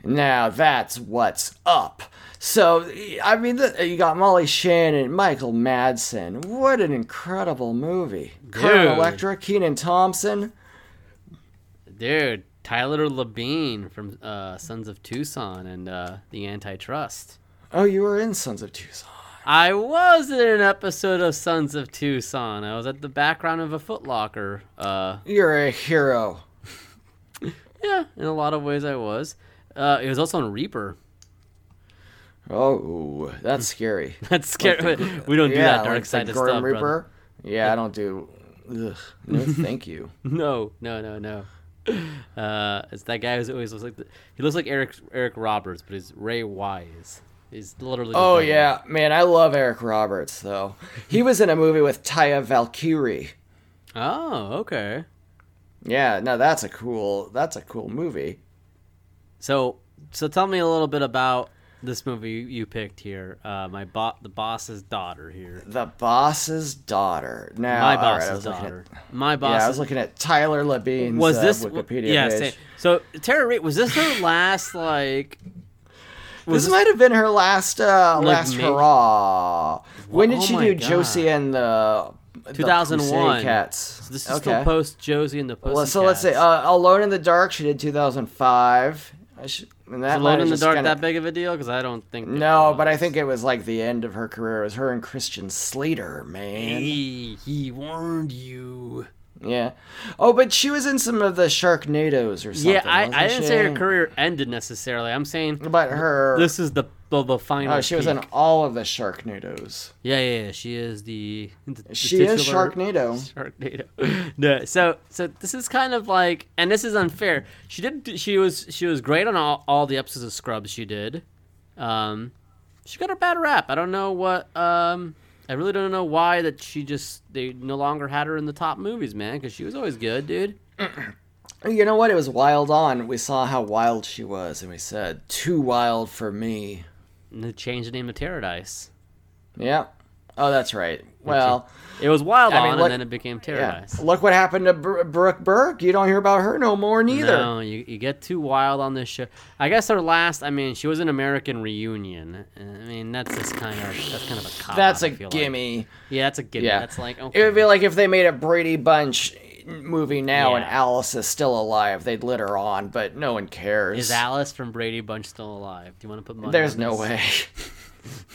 S4: Now that's what's up. So, I mean, th- you got Molly Shannon, Michael Madsen. What an incredible movie. Current
S3: Dude.
S4: Electra, Keenan Thompson.
S3: Dude, Tyler Labine from uh, Sons of Tucson and uh, the Antitrust.
S4: Oh, you were in Sons of Tucson.
S3: I was in an episode of Sons of Tucson. I was at the background of a Footlocker. Uh,
S4: You're a hero.
S3: yeah, in a lot of ways, I was. Uh, it was also on Reaper.
S4: Oh, that's scary.
S3: That's scary. we don't do that dark
S4: like the
S3: side of
S4: Grim
S3: stuff, brother.
S4: Reaper. Yeah, I don't do. Ugh, no, thank you.
S3: No, no, no, no. Uh, it's that guy who always looks like the, he looks like Eric Eric Roberts, but he's Ray Wise. He's literally. the
S4: Oh
S3: villain.
S4: yeah, man, I love Eric Roberts though. He was in a movie with Taya Valkyrie.
S3: Oh, okay.
S4: Yeah, no, that's a cool. That's a cool movie.
S3: So, so tell me a little bit about this movie you- you picked here. Uh, my bo- the boss's daughter here.
S4: The boss's daughter. Now,
S3: My
S4: Ah, all right, I
S3: boss's
S4: was looking
S3: daughter.
S4: At,
S3: my boss's.
S4: yeah, I was looking at Tyler Levine's
S3: was
S4: uh,
S3: this
S4: Wikipedia
S3: yeah?
S4: page.
S3: same. So Tara Reid was this her last like Was
S4: this, might have been her last uh,
S3: Like,
S4: last
S3: maybe-
S4: hurrah. When did
S3: oh
S4: she
S3: my
S4: do
S3: God.
S4: Josie and the the
S3: 2001.
S4: Crusade Cats?
S3: So this is still post Josie and the Pussycats.
S4: Well, so let's say uh, Alone in the Dark. She did 2005. I should, and that
S3: Is
S4: might
S3: Alone
S4: have
S3: in the
S4: just
S3: Dark
S4: kinda-
S3: that big of a deal? Because I don't think. it
S4: No, but I
S3: was.
S4: think it was like the end of her career. It was her and Christian Slater, man.
S3: He, he warned you.
S4: Yeah. Oh, but she was in some of the Sharknadoes or something.
S3: yeah, I, I
S4: wasn't
S3: didn't
S4: she?
S3: say her career ended necessarily. I'm saying
S4: But her.
S3: this is the the, the final.
S4: oh, she was in
S3: peak.
S4: all of the Sharknadoes.
S3: Yeah, yeah, yeah, she is the. the the
S4: She is
S3: titular-
S4: Sharknado.
S3: Sharknado. no, so so this is kind of like, and this is unfair. She did. She was she was great on all, all the episodes of Scrubs she did. Um, she got a bad rap. I don't know what. Um, I really don't know why that she just they no longer had her in the top movies, man. Because she was always good, dude.
S4: You know what? It was Wild On. We saw how wild she was, and we said, too wild for me.
S3: And they changed the name to Paradise.
S4: Yeah. Oh, that's right. Well,
S3: It was Wild
S4: I
S3: On,
S4: mean, look-
S3: and then it became
S4: yeah.
S3: Paradise.
S4: Look what happened to Br- Brooke Burke. You don't hear about her no more, neither.
S3: No, you, you get too wild on this show. I guess her last. I mean, she was an American Reunion. I mean, that's just kind of that's kind of a cop.
S4: That's
S3: out,
S4: a
S3: I feel like.
S4: gimme.
S3: Yeah, that's a gimme.
S4: Yeah.
S3: That's like okay.
S4: It would be like if they made a Brady Bunch movie now and
S3: Yeah.
S4: Alice is still alive. They'd let her on, but no one cares.
S3: is Alice from Brady Bunch still alive? Do you want to put money?
S4: There's
S3: on
S4: no
S3: this?
S4: way.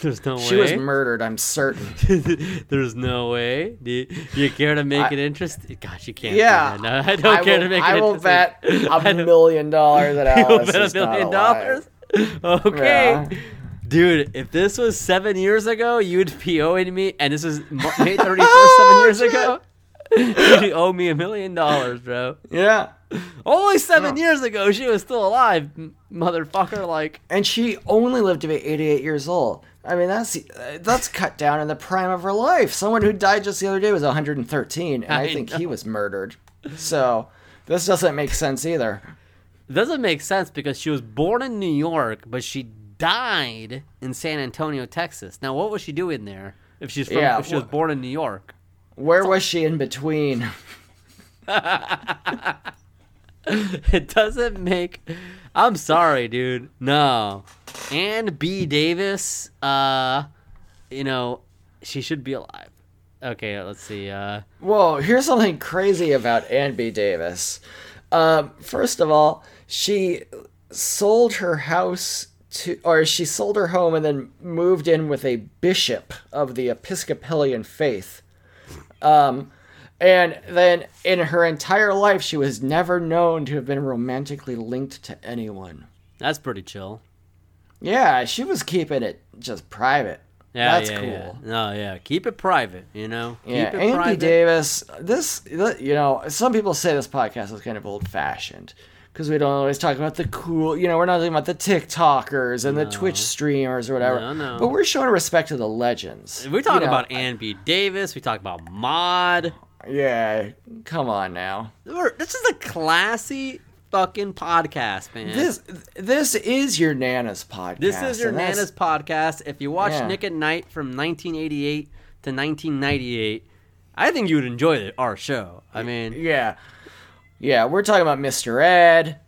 S3: There's no way.
S4: She was murdered, I'm certain.
S3: There's no way. Do you, do you care to make it interesting? Gosh, you can't. do
S4: Yeah.
S3: that. No, I don't care
S4: will,
S3: to make
S4: I
S3: it
S4: will bet
S3: interesting.
S4: a million dollars that
S3: You'll
S4: Alice
S3: bet
S4: is
S3: a million
S4: not alive.
S3: dollars. Okay.
S4: Yeah.
S3: Dude, if this was seven years ago, you'd be owing me, and this is Mo- May 31st, seven years
S4: Oh,
S3: ago, you'd owe me a million dollars, bro.
S4: Yeah.
S3: Only seven years ago, she was still alive, m- motherfucker. Like,
S4: And she only lived to be 88 years old. I mean, that's uh, that's cut down in the prime of her life. Someone who died just the other day was 113, and I,
S3: I
S4: think
S3: know.
S4: he was murdered. So this doesn't make sense either.
S3: it doesn't make sense because she was born in New York, but she died in San Antonio, Texas. Now, what was she doing there if she's from,
S4: Yeah,
S3: if she was
S4: wh-
S3: born in New York?
S4: Where was she in between?
S3: It doesn't make. I'm sorry, dude. No. And B. Davis, uh, you know, she should be alive. Okay, let's see. Uh,
S4: Whoa, here's something crazy about Ann B. Davis. Um, first of all, she sold her house to, or she sold her home and then moved in with a bishop of the Episcopalian faith. Um, and then in her entire life, she was never known to have been romantically linked to anyone.
S3: that's pretty chill.
S4: Yeah, she was keeping it just private.
S3: Yeah,
S4: That's
S3: yeah, yeah.
S4: cool.
S3: No, yeah. Keep it private, you know?
S4: Yeah,
S3: Keep it
S4: Andy
S3: private.
S4: Davis. This, you know, some people say this podcast is kind of old-fashioned because we don't always talk about the cool. You know, we're not talking about the TikTokers and the Twitch streamers or whatever.
S3: No, no.
S4: But we're showing respect to the legends.
S3: We talk
S4: You know,
S3: about Ann B. Davis. We talk about Mod.
S4: Yeah, come on now.
S3: We're- This is a classy fucking podcast, man.
S4: This this is your Nana's podcast.
S3: This is your
S4: and that's-
S3: Nana's podcast. If you watch
S4: Yeah.
S3: Nick at Night from 1988 to 1998, I think you would enjoy the, our show. I mean,
S4: Yeah, yeah. We're talking about Mr. Ed.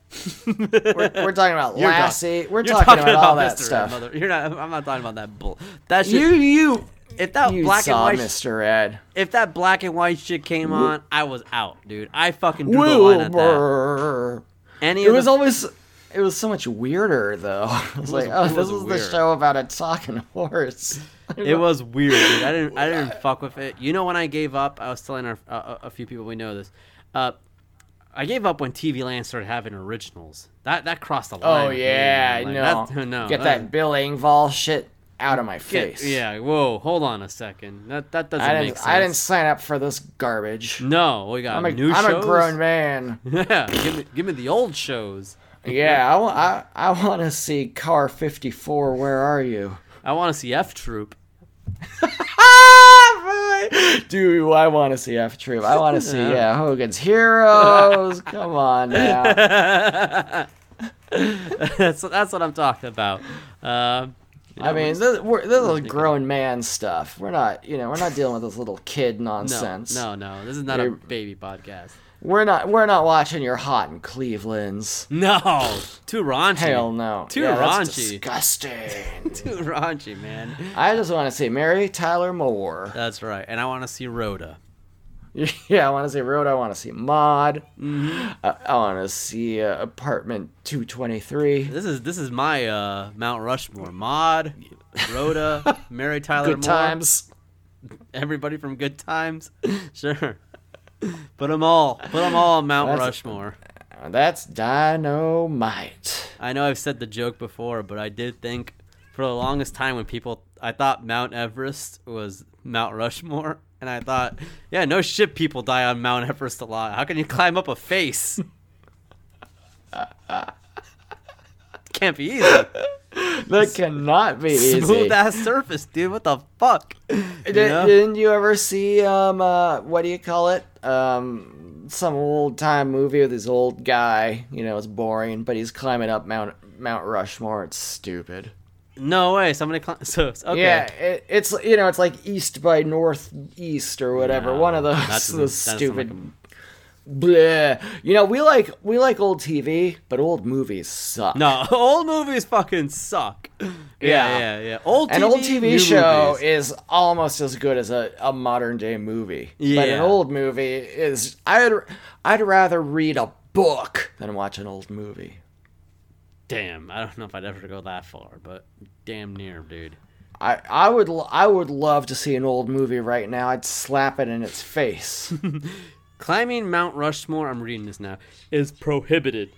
S4: we're, we're talking about
S3: You're talk-
S4: Lassie. we're
S3: you're
S4: talking, about, all that
S3: Mr. Ed,
S4: stuff.
S3: mother- you're not. I'm not talking about that bull. That shit.
S4: you you
S3: if that
S4: you
S3: black and
S4: saw
S3: white,
S4: Mr. Ed.
S3: if that black and white shit came on, I was out, dude. I fucking drew the line at that.
S4: Wilbur.
S3: Any
S4: It
S3: of
S4: was
S3: the-
S4: always. It was so much weirder though. I was, like, oh,
S3: it
S4: this
S3: was
S4: is
S3: weird.
S4: the show about a talking horse.
S3: It was weird, dude. I didn't, I didn't fuck with it. You know when I gave up? I was telling our, a- a, a few people we know this. Uh, I gave up when TV Land started having originals. That that crossed the line.
S4: Oh
S3: with me,
S4: yeah,
S3: man. Like,
S4: no,
S3: that- no.
S4: Get that Bill Engvall shit out of my
S3: get-
S4: face.
S3: yeah. Whoa. Hold on a second. That that doesn't
S4: I
S3: make
S4: didn't.
S3: sense.
S4: I didn't sign up for this garbage.
S3: No, we got
S4: I'm a,
S3: new
S4: I'm
S3: shows.
S4: a grown man.
S3: Yeah. Give me, give me the old shows.
S4: Yeah, I, wa- I, I want to see Car 54. Where are you?
S3: I want to see F Troop.
S4: Ah, boy. Do I want to see F Troop? I want to see yeah Hogan's Heroes. Come on now.
S3: that's that's what I'm talking about. Um
S4: I mean, this, we're, this is
S3: thinking-
S4: grown man stuff. We're not, you know, we're not dealing with this little kid
S3: No,
S4: nonsense.
S3: no, no. This is not a
S4: You're-
S3: baby podcast.
S4: We're not, we're not watching your hot in Cleveland's.
S3: No, too raunchy.
S4: Hell no.
S3: Too
S4: Yeah, that's
S3: raunchy.
S4: disgusting.
S3: Too raunchy, man.
S4: I just want to see Mary Tyler Moore.
S3: That's right. And I want to see Rhoda.
S4: Yeah, I want to see Road. I want to see Mod.
S3: Mm-hmm.
S4: I, I want to see uh, Apartment 223.
S3: This is this is my uh, Mount Rushmore. Maud, Rhoda, Mary Tyler
S4: Good
S3: Moore,
S4: times.
S3: everybody from Good Times. Sure. Put them all. Put them all on Mount
S4: That's-
S3: Rushmore.
S4: That's dynamite.
S3: I know I've said the joke before, but I did think for the longest time when people I thought Mount Everest was Mount Rushmore, and I thought, yeah, no shit, people die on Mount Everest a lot. How can you climb up a face? Can't be easy.
S4: That cannot be easy.
S3: Smooth ass surface, dude. What the fuck?
S4: Did,
S3: You know?
S4: Didn't you ever see um uh, what do you call it um some old time movie with this old guy? You know, it's boring, but he's climbing up Mount Mount Rushmore. It's stupid.
S3: No way. Somebody climb. So okay.
S4: Yeah, it, it's you know it's like east by northeast or whatever.
S3: No,
S4: One of
S3: that
S4: those,
S3: doesn't-
S4: those
S3: that doesn't sound
S4: stupid. Bleh. You know we like we like old TV, but old movies suck.
S3: No, old movies fucking suck. Yeah, yeah,
S4: Yeah.
S3: yeah. Old TV,
S4: An old TV
S3: new
S4: show
S3: movies.
S4: is almost as good as a, a modern day movie. But an
S3: Yeah.
S4: old movie is I'd I'd rather read a book than watch an old movie.
S3: Damn, I don't know if I'd ever go that far, but damn near, dude.
S4: I, I would l- I would love to see an old movie right now. I'd slap it in its face.
S3: Climbing Mount Rushmore, I'm reading this now, is prohibited.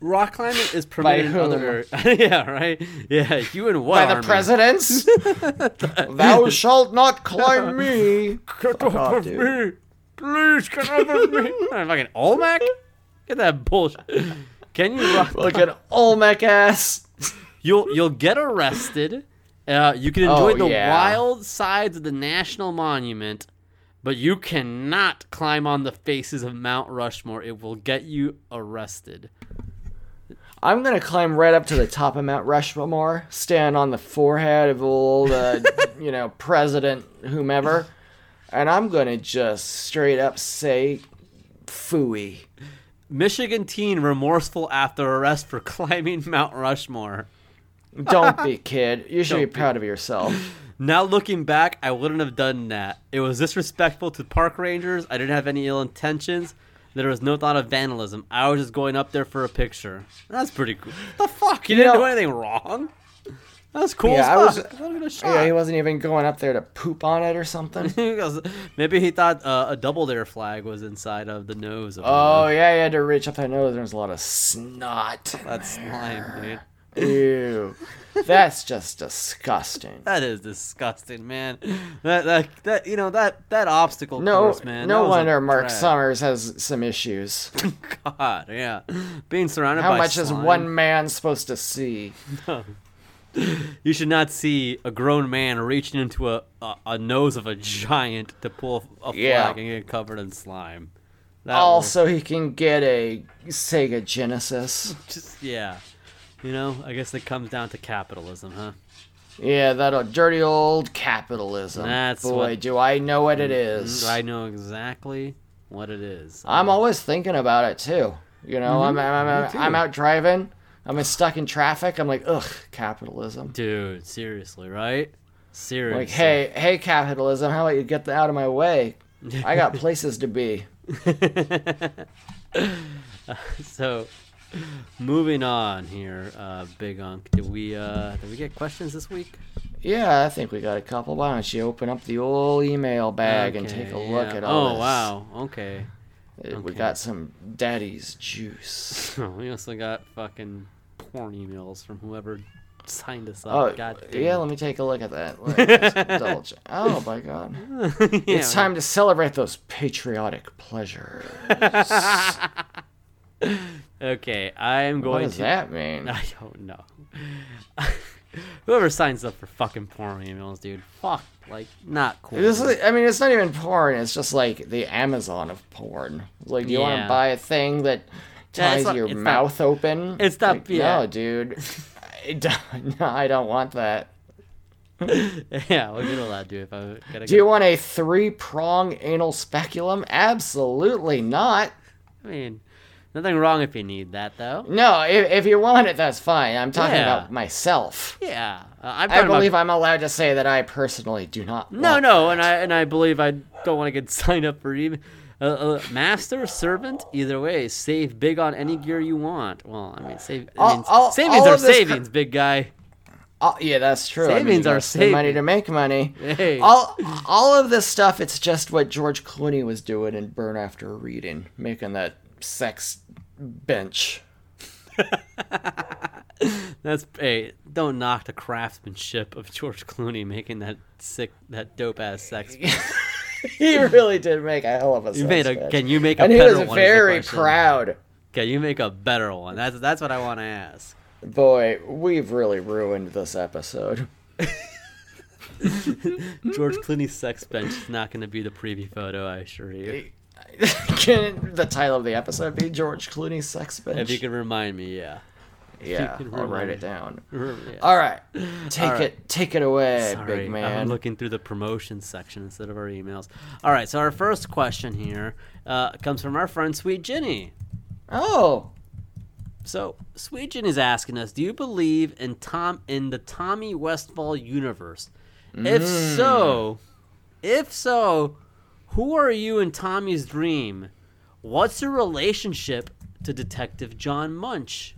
S3: Rock climbing is permitted
S4: By
S3: in other areas. yeah, right? Yeah, you and what?
S4: By the
S3: army?
S4: presidents, thou shalt not climb me.
S3: Get
S4: Fuck
S3: off
S4: off,
S3: of
S4: dude.
S3: me! Please get off of me! Fucking Olmec? Get that bullshit. Can you rock
S4: Look at Olmec ass.
S3: You'll you'll get arrested. Uh, you can enjoy
S4: Oh,
S3: the
S4: yeah.
S3: wild sides of the national monument, but you cannot climb on the faces of Mount Rushmore. It will get you arrested.
S4: I'm gonna climb right up to the top of Mount Rushmore, stand on the forehead of old, uh, you know, president whomever, and I'm gonna just straight up say, "Fooey."
S3: Michigan teen remorseful after arrest for climbing Mount Rushmore.
S4: Don't be kid. You should be
S3: Don't be.
S4: proud of yourself.
S3: Now looking back, I wouldn't have done that. It was disrespectful to park rangers. I didn't have any ill intentions. There was no thought of vandalism. I was just going up there for a picture. That's pretty cool. The fuck? You,
S4: You
S3: didn't
S4: know-
S3: do anything wrong. That's cool.
S4: Yeah, I
S3: as
S4: was-
S3: fuck. I was.
S4: Yeah, he wasn't even going up there to poop on it or something.
S3: Because Maybe he thought uh, a double dare flag was inside of the nose. Of
S4: Oh
S3: him.
S4: yeah, he had to reach up that nose. There was a lot of snot. in
S3: that's slime, dude.
S4: Ew. That's just disgusting.
S3: That is disgusting, man. That that, that you know that that obstacle
S4: No,
S3: course, man. that
S4: no
S3: was a
S4: wonder Mark
S3: drag.
S4: Summers has some issues.
S3: God, yeah. Being surrounded
S4: How
S3: by
S4: much is
S3: slime.
S4: one man supposed to see?
S3: You should not see a grown man reaching into a a, a nose of a giant to pull a flag
S4: Yeah.
S3: and get covered in slime. That was
S4: Also, he can get a Sega Genesis.
S3: just yeah. You know, I guess it comes down to capitalism, huh?
S4: Yeah, that old, dirty old capitalism.
S3: That's
S4: Boy,
S3: what- Mm-hmm.
S4: do I know what it is.
S3: I know exactly what it is.
S4: I'm always thinking about it too. You know, I'm
S3: Mm-hmm.
S4: I'm, I'm, I'm out driving. I'm stuck in traffic. I'm like, ugh, capitalism.
S3: Dude, seriously, right? Seriously.
S4: Like, hey, hey, capitalism, how about you get the, out of my way? I got places to be.
S3: So, moving on here, uh, Big Unk. Did we uh, did we get questions this week?
S4: Yeah, I think we got a couple. Why don't you open up the old email bag and
S3: Okay,
S4: take a look
S3: yeah.
S4: at all
S3: Oh
S4: this?
S3: wow. Okay.
S4: Uh, We
S3: Okay.
S4: got some daddy's juice.
S3: we also got fucking porn emails from whoever signed us up.
S4: Oh,
S3: God damn.
S4: yeah, let me take a look at that. Let me just double check. Oh, my God.
S3: Yeah,
S4: It's time to celebrate those patriotic pleasures.
S3: Okay, I am
S4: What
S3: going
S4: does
S3: to.
S4: that mean?
S3: I don't know. Whoever signs up for fucking porn emails, dude. Fuck, like not cool.
S4: This is, I mean, it's not even porn. It's just like the Amazon of porn. Like, do you want
S3: Yeah.
S4: to buy a thing that
S3: Yeah,
S4: ties
S3: it's not-
S4: your
S3: it's not-
S4: mouth open?
S3: it's not-
S4: Like,
S3: yeah.
S4: No, dude. I don't, no, I don't want that.
S3: yeah, we'll get all that, dude. If I gotta
S4: Do
S3: go.
S4: you want a three prong anal speculum? Absolutely not.
S3: I mean, nothing wrong if you need that, though.
S4: No, if, if you want it, that's fine. I'm talking
S3: Yeah.
S4: about myself.
S3: Yeah, uh, I'm
S4: I
S3: talking about-
S4: believe I'm allowed to say that I personally do not.
S3: No,
S4: want-
S3: no, and I and I believe I don't want to get signed up for even uh, uh, master servant. Either way, save big on any gear you want. Well, I mean, save I
S4: All-
S3: mean,
S4: all-
S3: savings
S4: all
S3: are
S4: of this cur-
S3: savings, big guy.
S4: Oh, yeah, that's true. I mean, you
S3: Savings are
S4: gotta spend money
S3: savings.
S4: to make money.
S3: Hey.
S4: All all of this stuff, it's just what George Clooney was doing in Burn After Reading, making that sex bench.
S3: That's hey, don't knock the craftsmanship of George Clooney making that sick, that dope ass sex.
S4: He really did make a hell of a.
S3: You made a.
S4: bench.
S3: Can you make a
S4: and he
S3: better
S4: was
S3: one? is the
S4: very
S3: question.
S4: proud.
S3: Can you make a better one? That's that's what I want to ask.
S4: Boy, we've really ruined this episode.
S3: George Clooney's sex bench is not going to be the preview photo, I assure you.
S4: Can the title of the episode be George Clooney's sex bench?
S3: If you can remind me, yeah.
S4: yeah,
S3: you can
S4: I'll write
S3: remember.
S4: it down.
S3: Yeah.
S4: All right, take
S3: right.
S4: it, take it away,
S3: Sorry,
S4: big
S3: I'm
S4: man.
S3: looking through the promotion section instead of our emails. All right, so our first question here uh, comes from our friend Sweet Ginny.
S4: oh,
S3: So Sweet Ginny's asking us, "Do you believe in Tom in the Tommy Westfall universe? If so, if so, who are you in Tommy's dream? What's your relationship to Detective John Munch?"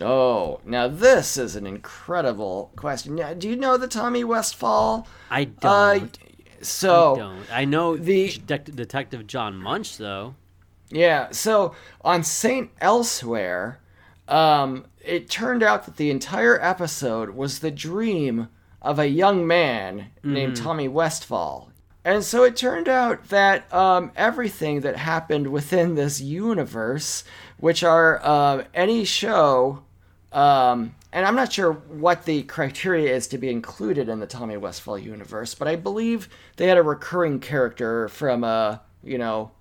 S4: oh. Now this is an incredible question. Now, do you know the Tommy Westfall?
S3: I
S4: Uh,
S3: don't.
S4: so
S3: I don't. I know
S4: the-
S3: Detect- Detective John Munch though.
S4: Yeah, so on Saint Elsewhere, um, it turned out that the entire episode was the dream of a young man named Tommy Westfall. And so it turned out that um, everything that happened within this universe, which are uh, any show, um, and I'm not sure what the criteria is to be included in the Tommy Westfall universe, but I believe they had a recurring character from, uh, you know,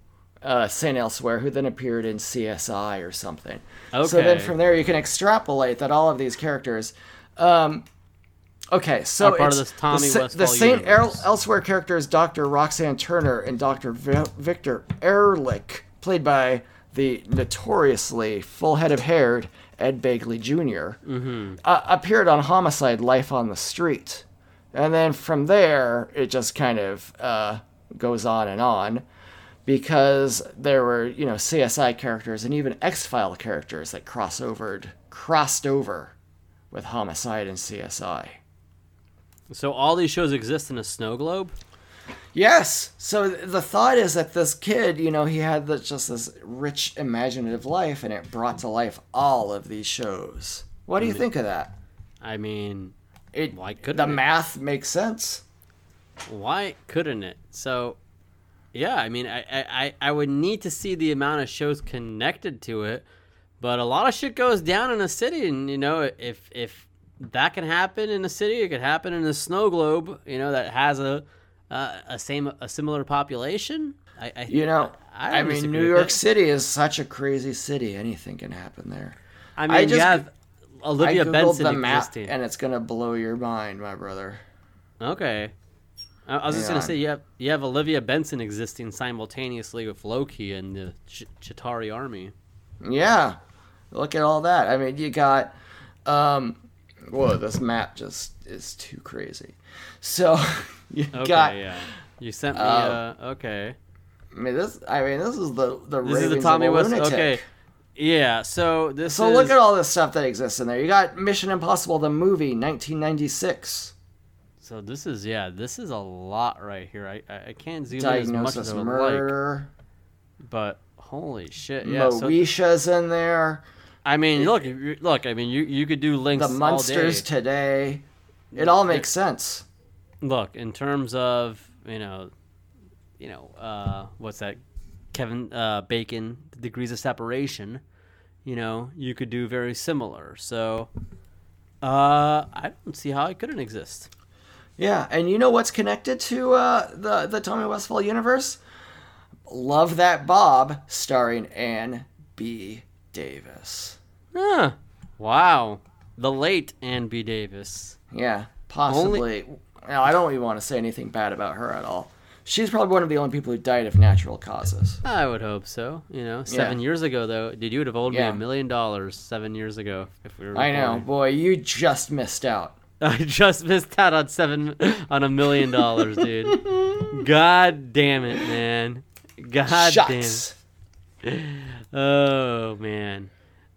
S4: uh, St. Elsewhere, who then appeared in CSI or something. So then
S3: Okay.
S4: from there, you can extrapolate that all of these characters. Um, okay, so
S3: Are part of
S4: it's-
S3: this Tommy
S4: the, Sa-
S3: Westfall
S4: the St. El-
S3: universe.
S4: Elsewhere characters Dr. Roxanne Turner and Dr. Vi- Victor Ehrlich, played by the notoriously full head of hair Ed Bagley junior
S3: Mm-hmm.
S4: uh, appeared on Homicide Life on the Street. And then from there, it just kind of uh, goes on and on because there were, you know, CSI characters and even X File characters that crossovered, crossed over with Homicide and CSI.
S3: So all these shows exist in a snow globe.
S4: Yes. So th- the thought is that this kid, you know, he had this, just this rich imaginative life and it brought to life all of these shows. What do you think of that?
S3: I mean,
S4: It,
S3: Mm. Why couldn't
S4: the
S3: it?
S4: math makes sense.
S3: why couldn't it? So, yeah, I mean, I, I, I- I would need to see the amount of shows connected to it, but a lot of shit goes down in a city, and you know, if if that can happen in a city, it could happen in a snow globe, you know, that has a uh, a same a similar population. I, I
S4: You know,
S3: I
S4: I,
S3: don't
S4: mean,
S3: disagree
S4: New
S3: with
S4: York
S3: that.
S4: City is such a crazy city. Anything can happen there.
S3: I mean,
S4: I just-
S3: you have
S4: I
S3: Olivia
S4: googled
S3: Benson
S4: the map,
S3: existing.
S4: and it's gonna blow your mind, my brother.
S3: Okay. I, I was just
S4: Hang
S3: gonna say
S4: on.
S3: you have you have Olivia Benson existing simultaneously with Loki and the Ch- Chitari army.
S4: Yeah, look at all that. I mean, you got, um, whoa, this map just is too crazy. So you
S3: Okay,
S4: got,
S3: yeah. You sent me.
S4: Uh,
S3: Uh, okay.
S4: I mean, this, I mean, this is the the
S3: This is
S4: ravings
S3: the
S4: of
S3: Tommy
S4: a
S3: West.
S4: lunatic.
S3: Okay. Yeah. So this.
S4: So
S3: is,
S4: look at all this stuff that exists in there. You got Mission Impossible the movie, 1996.
S3: So this is yeah. This is a lot right here. I I, I can't zoom in as much
S4: Diagnosis
S3: as I would
S4: Murder.
S3: like, but holy shit. Yeah. So
S4: Moesha's in there.
S3: I mean, look, if you- look. I mean, you you could do links
S4: The Munsters
S3: all day.
S4: today. It all makes sense.
S3: look in terms of you know you know uh what's that kevin uh bacon the degrees of separation you know you could do very similar so uh i don't see how it couldn't exist
S4: Yeah, and you know what's connected to uh, the the Tommy Westfall universe? Love that Bob, starring Anne B. Davis.
S3: huh. wow the late anne b davis
S4: Yeah, Possibly. no, I don't even want to say anything bad about her at all. She's probably one of the only people who died of natural causes.
S3: I would hope so. You know, seven
S4: Yeah.
S3: years ago though, dude, you would have owed me
S4: Yeah.
S3: a million dollars seven years ago if we were.
S4: I know,
S3: recording.
S4: boy, you just missed out.
S3: I just missed out on seven on a million dollars, dude. God damn it, man. God
S4: Shucks.
S3: damn. Oh man.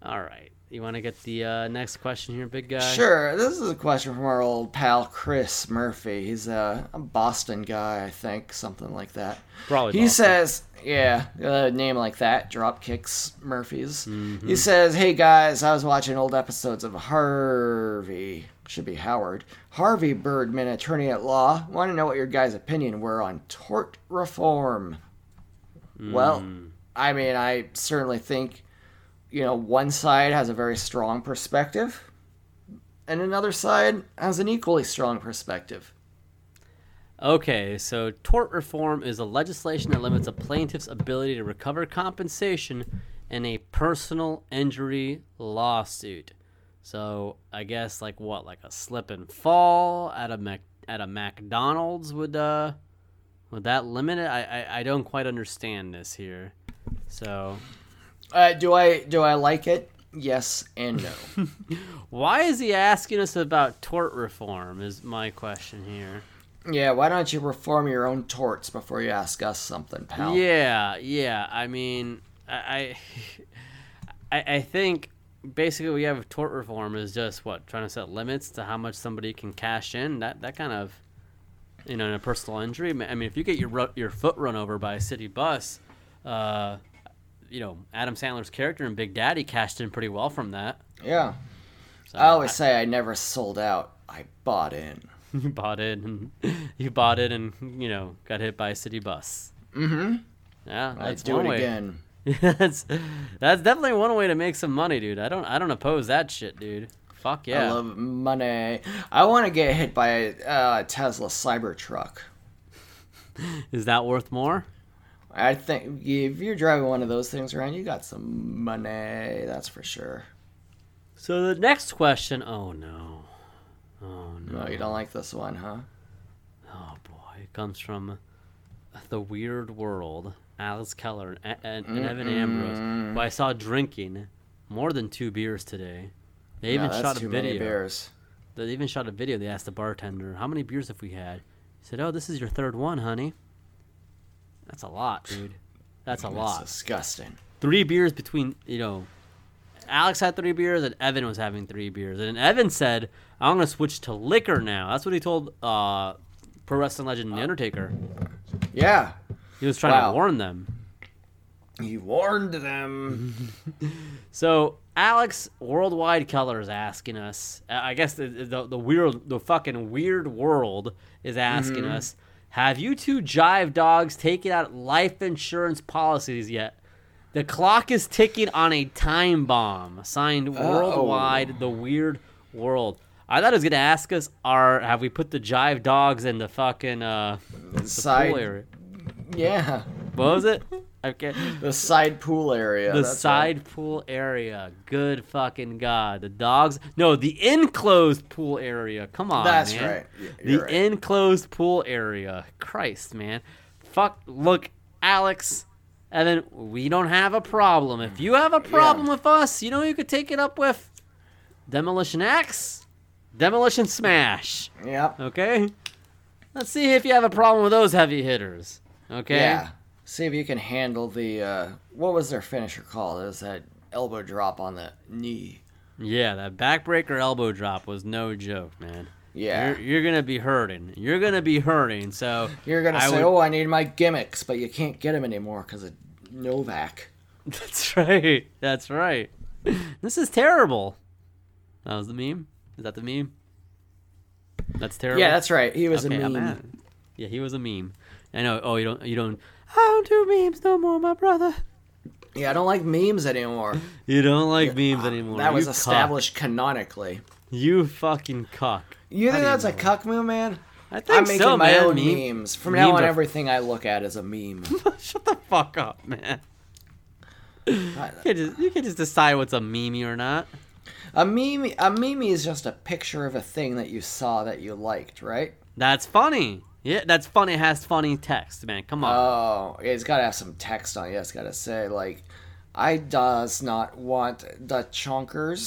S3: All right. You want to get the uh, next question here, big guy?
S4: Sure, this is a question from our old pal Chris Murphy. He's a, a Boston guy, I think, something like that.
S3: Probably.
S4: He
S3: Boston.
S4: says, yeah, a name like that, Dropkicks Murphys. He says, hey guys, I was watching old episodes of Harvey, should be Howard, Harvey Birdman, attorney at law. Want to know what your guys' opinion were on tort reform? Well, I mean, I certainly think, you know, one side has a very strong perspective, and another side has an equally strong perspective.
S3: Okay, so tort reform is a legislation that limits a plaintiff's ability to recover compensation in a personal injury lawsuit. So I guess like what, like a slip and fall at a Mac- at a McDonald's would uh would that limit it? I I, I don't quite understand this here. So
S4: Uh, do I do I like it? Yes and no.
S3: why is he asking us about tort reform? Is my question here.
S4: Yeah, why don't you reform your own torts before you ask us something, pal?
S3: Yeah, yeah. I mean, I, I, I I think basically we have tort reform is just what trying to set limits to how much somebody can cash in. That that kind of, you know, in a personal injury. I mean, if you get your ru- your foot run over by a city bus, uh, you know, Adam Sandler's character in Big Daddy cashed in pretty well from that.
S4: Yeah.
S3: So
S4: I always say I never sold out. I bought in.
S3: you bought it, and you bought it, and you know, got hit by a city bus. Mm-hmm. Yeah,
S4: I'd
S3: that's
S4: do
S3: one
S4: it
S3: way.
S4: again.
S3: that's that's definitely one way to make some money, dude. I don't I don't oppose that shit, dude. Fuck yeah.
S4: I love money. I want to get hit by a uh, Tesla Cybertruck.
S3: Is that worth more?
S4: I think if you're driving one of those things around, you got some money. That's for sure.
S3: So the next question. Oh no. Oh no.
S4: No, you don't like this one, huh?
S3: Oh boy. It comes from the weird world. Alex Keller and, and, and Evan Ambrose, who I saw drinking more than two beers today. They even
S4: no, that's
S3: shot a
S4: too many
S3: video.
S4: bears.
S3: They even shot a video. They asked the bartender, "How many beers have we had?" He said, "Oh, this is your third one, honey." That's a lot, dude. That's a
S4: That's
S3: lot.
S4: disgusting.
S3: three beers between you know alex had three beers and evan was having three beers and evan said i'm gonna switch to liquor now that's what he told uh pro wrestling legend the undertaker
S4: Yeah,
S3: he was trying
S4: Wow.
S3: to warn them
S4: you warned them.
S3: so alex worldwide keller is asking us i I guess the, the, the weird the fucking weird world is asking us have you two jive dogs taken out life insurance policies yet The clock is ticking on a time bomb. Signed worldwide, the weird world. I thought it was gonna ask us, are have we put the jive dogs in the fucking uh the
S4: Side-
S3: pool area?
S4: Yeah,
S3: What was it? Okay,
S4: the side pool area.
S3: the
S4: that's right.
S3: side pool area. Good fucking god. The dogs. No, the enclosed pool area. Come on,
S4: That's
S3: man.
S4: right. Y-
S3: The
S4: you're right.
S3: enclosed pool area. Christ, man. Fuck. Look, Alex, Evan, we don't have a problem. If you have a problem with us, you know who you could take it up with Demolition X, Demolition Smash.
S4: Yep.
S3: Okay. Let's see if you have a problem with those heavy hitters. Okay.
S4: Yeah. See if you can handle the uh, what was their finisher called? It was that elbow drop on the knee.
S3: Yeah, that backbreaker elbow drop was no joke, man.
S4: Yeah.
S3: You're, you're gonna be hurting. You're gonna be hurting. So
S4: You're gonna
S3: I
S4: say,
S3: would-
S4: "Oh, I need my gimmicks," but you can't get them anymore because of Novak.
S3: That's right. That's right. This is terrible. That was the meme. Is that the meme? That's terrible.
S4: Yeah, that's right. He was
S3: okay,
S4: a
S3: I'm
S4: meme.
S3: at it. Yeah, he was a meme. I know. Oh, you don't. You don't. I don't do memes no more, my brother.
S4: Yeah, I don't like memes anymore.
S3: You don't like memes anymore.
S4: that was
S3: you cuck.
S4: established canonically.
S3: You fucking cuck.
S4: You
S3: How
S4: think
S3: do you
S4: that's a
S3: know?
S4: cuck move, man?
S3: I think
S4: I'm making
S3: so,
S4: my
S3: man.
S4: own
S3: Meme-
S4: memes. From
S3: memes
S4: now on,
S3: are-
S4: everything I look at is a meme.
S3: Shut the fuck up, man.
S4: I-
S3: You can just, you can just decide what's a meme or not.
S4: A meme, a meme is just a picture of a thing that you saw that you liked, right?
S3: That's funny. Yeah, that's funny. It has funny text, man. Come on.
S4: Oh, it's got to have some text on it. It's got to say like, "I does not want the chonkers."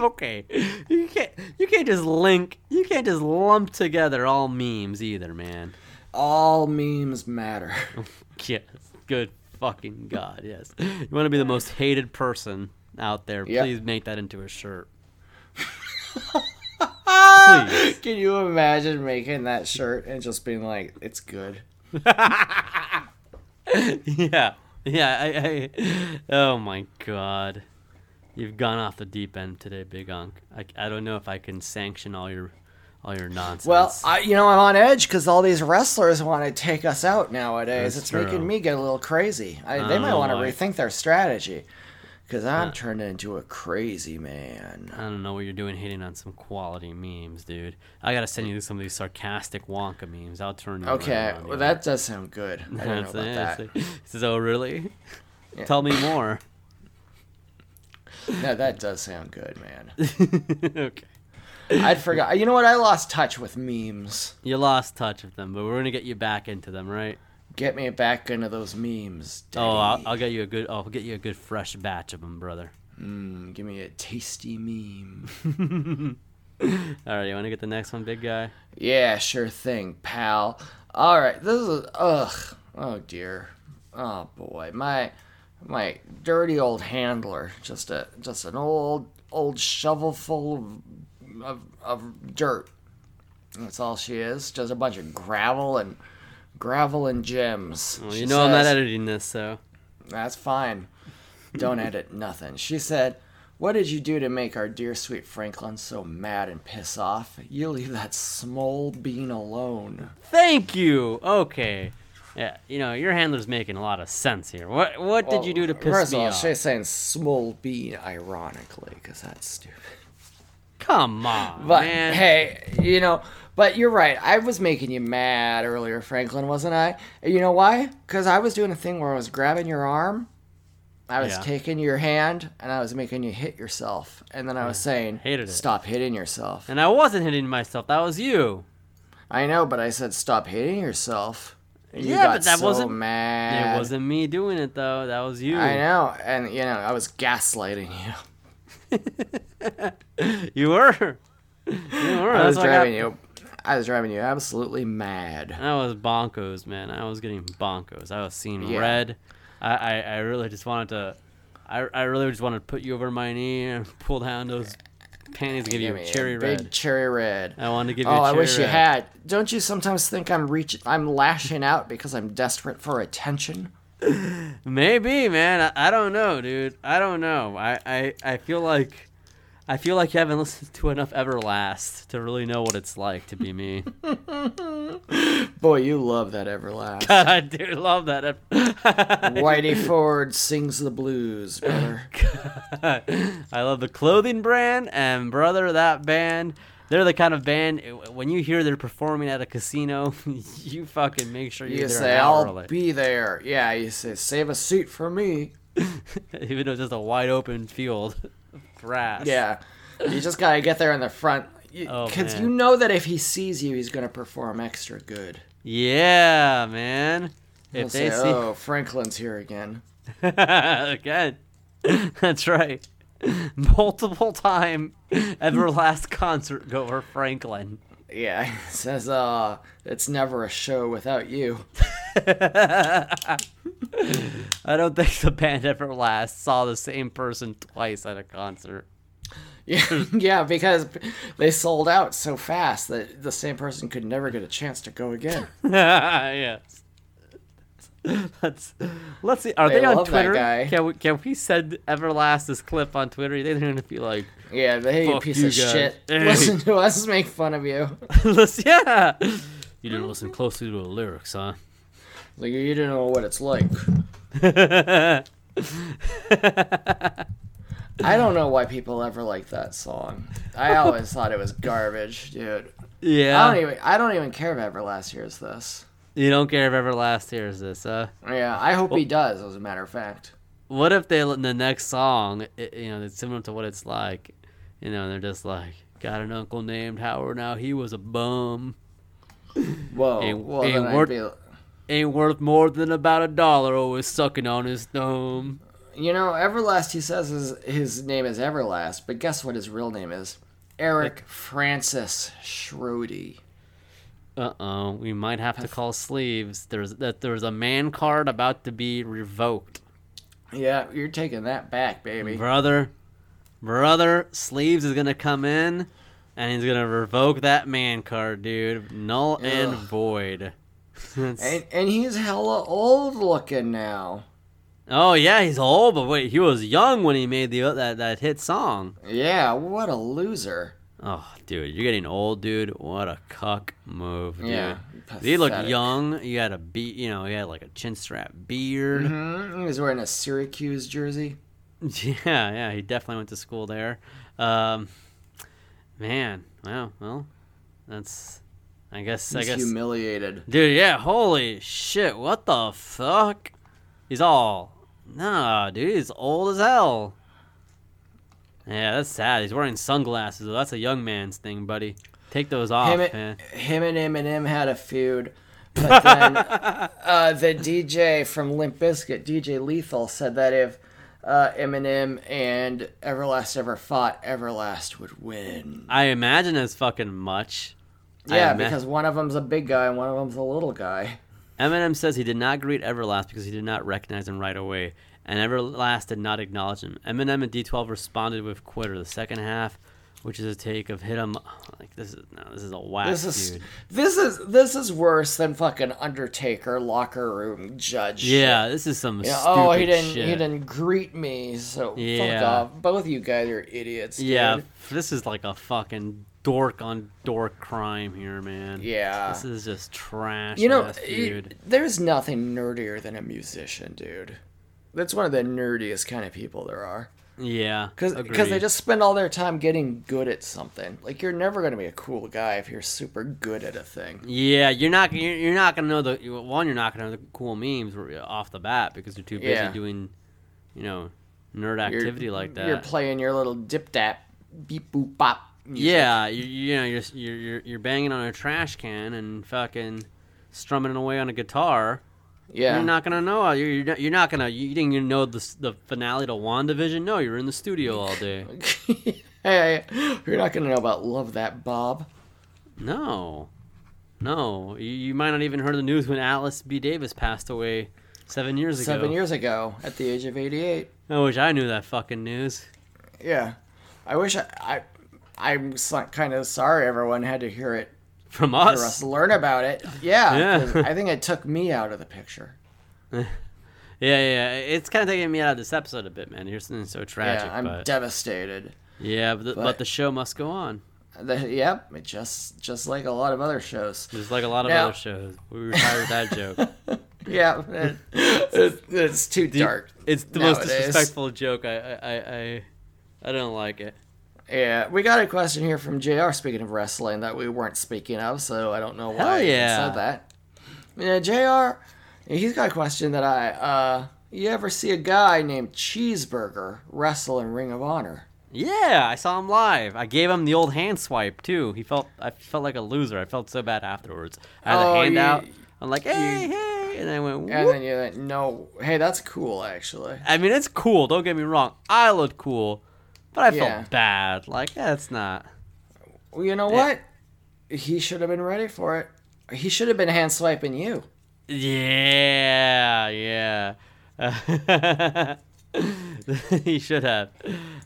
S3: okay. You can't you can't just link you can't just lump together all memes either, man.
S4: All memes matter.
S3: Yes. Good fucking god, yes. You wanna be the most hated person out there,
S4: Yeah.
S3: please make that into a shirt. please.
S4: Can you imagine making that shirt and just being like, "It's good."
S3: Yeah. Yeah, I, I Oh my god. You've gone off the deep end today, Big Unk. I, I don't know if I can sanction all your all your nonsense.
S4: Well, I, you know, I'm on edge because all these wrestlers want to take us out nowadays.
S3: That's
S4: it's
S3: true.
S4: making me get a little crazy. I, they might
S3: Oh,
S4: want to
S3: I-
S4: rethink their strategy because I'm turned into a crazy man.
S3: I don't know what you're doing hitting on some quality memes, dude. I gotta send you some of these sarcastic Wonka memes. I'll turn you
S4: Okay,
S3: around,
S4: well,
S3: yeah.
S4: that does sound good. I don't know
S3: That's- yeah,
S4: about that.
S3: it's like- He says, oh, really? Tell me more.
S4: No, that does sound good, man.
S3: okay.
S4: I'd forgot. You know what? I lost touch with memes.
S3: You lost touch with them, but we're gonna get you back into them, right?
S4: Get me back into those memes. Daddy.
S3: Oh, I'll, I'll get you a good. I'll get you a good fresh batch of them, brother.
S4: give me a tasty meme.
S3: All right, you want to get the next one, big guy?
S4: Yeah, sure thing, pal. All right, this is ugh. Oh dear. Oh boy, my my dirty old handler. Just a just an old old shovel full of of, of dirt. That's all she is. Just a bunch of gravel and gravel and gems.
S3: Well,
S4: She
S3: you know I'm not
S4: says-
S3: editing this, so
S4: that's fine. Don't edit nothing. She said, What did you do to make our dear sweet Franklin so mad and piss off? You leave that small bean alone.
S3: thank you. Okay. Yeah, you know your handler's making a lot of sense here. What What did you do to piss
S4: First
S3: me
S4: of all,
S3: off?
S4: she's saying small bean ironically, because that's stupid.
S3: Come on,
S4: But
S3: man.
S4: hey, you know, but you're right. I was making you mad earlier, Franklin, wasn't I? And You know why? Because I was doing a thing where I was grabbing your arm, I was
S3: Yeah.
S4: taking your hand, and I was making you hit yourself. And then I was saying,
S3: hated it.
S4: stop hitting yourself.
S3: And I wasn't hitting myself. That was you.
S4: I know, but I said stop hating yourself. And you
S3: Yeah,
S4: got
S3: but that
S4: so
S3: wasn't-
S4: mad.
S3: It wasn't me doing it though. That was you.
S4: I know, and you know, I was gaslighting you.
S3: You were. You were.
S4: I was
S3: That's why I got-
S4: driving you. I was driving you absolutely mad.
S3: I was bonkos, man. I was getting bonkos. I was seeing
S4: Yeah.
S3: red. I, I, I really just wanted to. I, I really just wanted to put you over my knee and pull down those panties and give you
S4: Give
S3: a
S4: me a
S3: cherry
S4: big
S3: red.
S4: Cherry red.
S3: I wanted to give you.
S4: Oh,
S3: a
S4: I
S3: cherry
S4: wish you
S3: red.
S4: had. Don't you sometimes think I'm reaching, I'm lashing out because I'm desperate for attention?
S3: Maybe, man. I, I don't know, dude. I don't know. I, I, I feel like. I feel like you haven't listened to enough Everlast to really know what it's like to be me.
S4: Boy, you love that Everlast.
S3: I do love that. ep-
S4: Whitey Ford sings the blues, brother.
S3: I love the clothing brand and brother that band. They're the kind of band when you hear they're performing at a casino, you fucking make sure you're
S4: You
S3: there
S4: say,
S3: an hour
S4: I'll
S3: early."
S4: be there. Yeah, you say, save a seat for me.
S3: even though it's just a wide open field of grass.
S4: Yeah. You just gotta get there in the front.
S3: Oh,
S4: Because
S3: man.
S4: you know that if he sees you, he's gonna perform extra good.
S3: yeah, man.
S4: He'll
S3: If
S4: say,
S3: they see
S4: oh, Franklin's here again.
S3: again, that's right. Multiple time Everlast concert goer Franklin.
S4: Yeah, he says, uh, it's never a show without you.
S3: I don't think the band Everlast saw the same person twice at a concert.
S4: Yeah, yeah, because they sold out so fast that the same person could never get a chance to go again.
S3: yes. Let's let's see. Are
S4: They
S3: they, on
S4: love that
S3: Twitter?
S4: guy.
S3: Can we can we send Everlast this clip on Twitter? They're gonna be like,
S4: Yeah, they you
S3: Fuck
S4: piece
S3: you
S4: of
S3: guys.
S4: shit.
S3: Hey.
S4: Listen to us make fun of you.
S3: "Listen- yeah. You didn't listen closely to the lyrics, huh?
S4: Like you don't know what it's like. I don't know why people ever like that song. I always thought it was garbage, dude.
S3: Yeah.
S4: I don't even I don't even care if Everlast hears this.
S3: you don't care if Everlast hears this, huh?
S4: Yeah, I hope he does, as a matter of fact.
S3: What if they in the next song, it, you know, it's similar to what it's like, you know, and they're just like, got an uncle named Howard. Now he was a bum.
S4: Whoa.
S3: And-
S4: well,
S3: and
S4: then I'd
S3: we're-
S4: be,
S3: Ain't worth more than about a dollar. Always sucking on his thumb.
S4: you know, Everlast, he says his, his name is Everlast, but guess what his real name is? Eric Francis Schrody.
S3: Uh oh, we might have to call sleeves. There's that. There's a man card about to be revoked,
S4: Yeah, you're taking that back, baby.
S3: brother. Brother, sleeves is gonna come in, and he's gonna revoke that man card, dude. Null and
S4: Ugh.
S3: void.
S4: And, and he's hella old looking now.
S3: oh yeah, he's old, but wait, he was young when he made the that that hit song.
S4: Yeah, what a loser.
S3: Oh, dude, you're getting old, dude. What a cuck move, dude.
S4: Yeah,
S3: He looked
S4: pathetic.
S3: young. He had a be, you know, he had like a chin strap beard.
S4: Mm, he was wearing a Syracuse jersey. Mm-hmm.
S3: Yeah, yeah, he definitely went to school there. Um, man, wow, well, that's, I guess, I
S4: He's
S3: guess,
S4: humiliated.
S3: dude, yeah, holy shit, what the fuck? He's all, nah, dude, he's old as hell. Yeah, that's sad. He's wearing sunglasses. though. That's a young man's thing, buddy. Take those off,
S4: Him,
S3: man.
S4: and him and Eminem had a feud. But then uh, the DJ from Limp Bizkit, DJ Lethal, said that if uh, Eminem and Everlast ever fought, Everlast would win.
S3: I imagine as fucking much. I
S4: Yeah,
S3: ima-
S4: because one of them's a big guy and one of them's a little guy.
S3: Eminem says he did not greet Everlast because he did not recognize him right away, and Everlast did not acknowledge him. Eminem and D12 responded with "Quitter." The second half, which is a take of "Hit 'Em," like this is no, this is a whack,
S4: This is
S3: dude.
S4: this is this is worse than fucking Undertaker locker room judge. shit.
S3: Yeah, this is some
S4: Yeah,
S3: stupid
S4: oh, he didn't.
S3: shit.
S4: He didn't greet me. So fuck
S3: Yeah.
S4: off. Both of you guys are idiots. Dude.
S3: Yeah, this is like a fucking dork on dork crime here, man.
S4: Yeah.
S3: this is just trash.
S4: You know,
S3: ass
S4: it-
S3: feud.
S4: there's nothing nerdier than a musician, dude. That's one of the nerdiest kind of people there are.
S3: yeah,
S4: Because they
S3: agreed.
S4: just spend all their time getting good at something. Like, you're never going to be a cool guy if you're super good at a thing.
S3: Yeah, you're not you're, you're not gonna know the you- one. You're not gonna know the cool memes r- off the bat because you're too busy
S4: Yeah.
S3: doing, you know, nerd
S4: You're-
S3: activity like
S4: You're
S3: that.
S4: playing your little dip dap, beep boop bop. music.
S3: yeah, you, you know, you're, s- you're you're you're banging on a trash can and fucking strumming away on a guitar.
S4: Yeah.
S3: You're not gonna know. You're you're not, you're not gonna you didn't even know the s- the finale to Wandavision. No, you're in the studio all day.
S4: hey, you're not going to know about Love That Bob.
S3: No, no, you, you might not even heard the news when Alice B. Davis passed away seven years ago.
S4: Seven years ago at the age of 88.
S3: I wish I knew that fucking news.
S4: Yeah. I wish I. I I'm kind of sorry everyone had to hear it
S3: From
S4: for us
S3: us.
S4: to learn about it. Yeah,
S3: Yeah.
S4: 'cause I think it took me out of the picture.
S3: Yeah, yeah, yeah. It's kind of taking me out of this episode a bit, man. Here's something so tragic,
S4: yeah, I'm
S3: but
S4: devastated.
S3: yeah, but the, but
S4: but-
S3: the show must go on.
S4: The- yep, it just just like a lot of other shows.
S3: Just like a lot of
S4: Now-
S3: other shows, we retired that joke.
S4: Yeah, it- it- it's too dark.
S3: It's the most
S4: nowadays.
S3: disrespectful joke. I, I, I, I, I don't like it.
S4: Yeah, we got a question here from Jr. Speaking of wrestling, that we weren't speaking of, so I don't know
S3: Hell
S4: why he
S3: yeah.
S4: said that. Yeah, Jr. He's got a question that I. uh You ever see a guy named Cheeseburger wrestle in Ring of Honor?
S3: Yeah, I saw him live. I gave him the old hand swipe too. He felt, I felt like a loser. I felt so bad afterwards. I had
S4: Oh,
S3: a hand
S4: you-
S3: out. I'm like, hey, hey, and I went.
S4: And
S3: "Whoop."
S4: then you're like, no, hey, that's cool actually.
S3: I mean, it's cool. Don't get me wrong. I looked cool, but I
S4: Yeah.
S3: felt bad. Like that's not.
S4: Well, you know what? He should have been ready for it. He should have been hand swiping you.
S3: Yeah, yeah. Uh, he should have.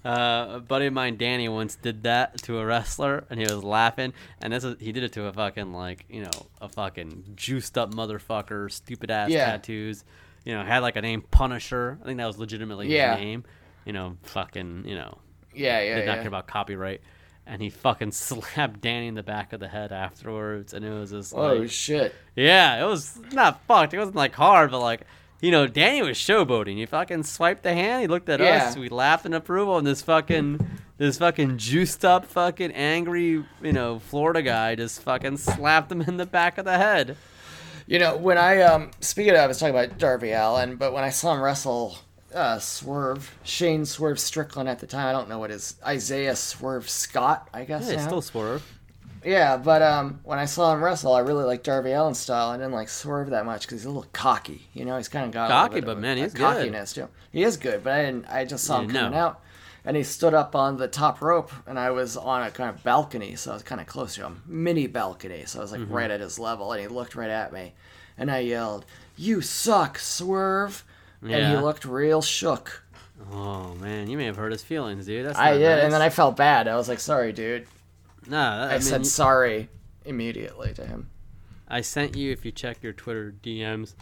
S3: Uh, a buddy of mine, Danny, once did that to a wrestler, and he was laughing. And this is, he did it to a fucking like you know a fucking juiced up motherfucker, stupid ass
S4: Yeah.
S3: tattoos. You know, had like a name Punisher. I think that was legitimately
S4: Yeah.
S3: his name. You know, fucking you know
S4: Yeah, yeah,
S3: did not
S4: yeah.
S3: care about copyright. And he fucking slapped Danny in the back of the head afterwards, and it was just
S4: oh
S3: like,
S4: shit!
S3: yeah, it was not fucked. It wasn't like hard, but like you know, Danny was showboating. He fucking swiped the hand. He looked at
S4: Yeah.
S3: us. We laughed in approval, and this fucking this fucking juiced up, fucking angry, you know, Florida guy just fucking slapped him in the back of the head.
S4: You know when I um speaking of, I was talking about Darby Allen, but when I saw him wrestle uh, Swerve, Shane Swerve Strickland at the time. I don't know what his Isaiah Swerve Scott, I guess.
S3: Hey,
S4: now.
S3: still swerve.
S4: Yeah, but um, when I saw him wrestle, I really liked Darby Allin's style. I didn't like Swerve that much because he's a little cocky. You know, he's kind of got a little
S3: Cocky,
S4: bit
S3: but
S4: of a-
S3: man,
S4: a
S3: he's good.
S4: cockiness too. He is good, but I didn't. I just saw him
S3: didn't
S4: coming
S3: know.
S4: out, and he stood up on the top rope, and I was on a kind of balcony, so I was kind of close to him, mini balcony. So I was like
S3: Mm-hmm.
S4: right at his level, and he looked right at me, and I yelled, "You suck, Swerve!" And he
S3: Yeah.
S4: looked real shook.
S3: Oh man, you may have hurt his feelings, dude. That's
S4: I
S3: not
S4: did, and then I
S3: nice.
S4: felt bad. I was like, "Sorry, dude."
S3: no, I,
S4: I,
S3: mean,
S4: said sorry immediately to him.
S3: I sent you if you check your Twitter DMs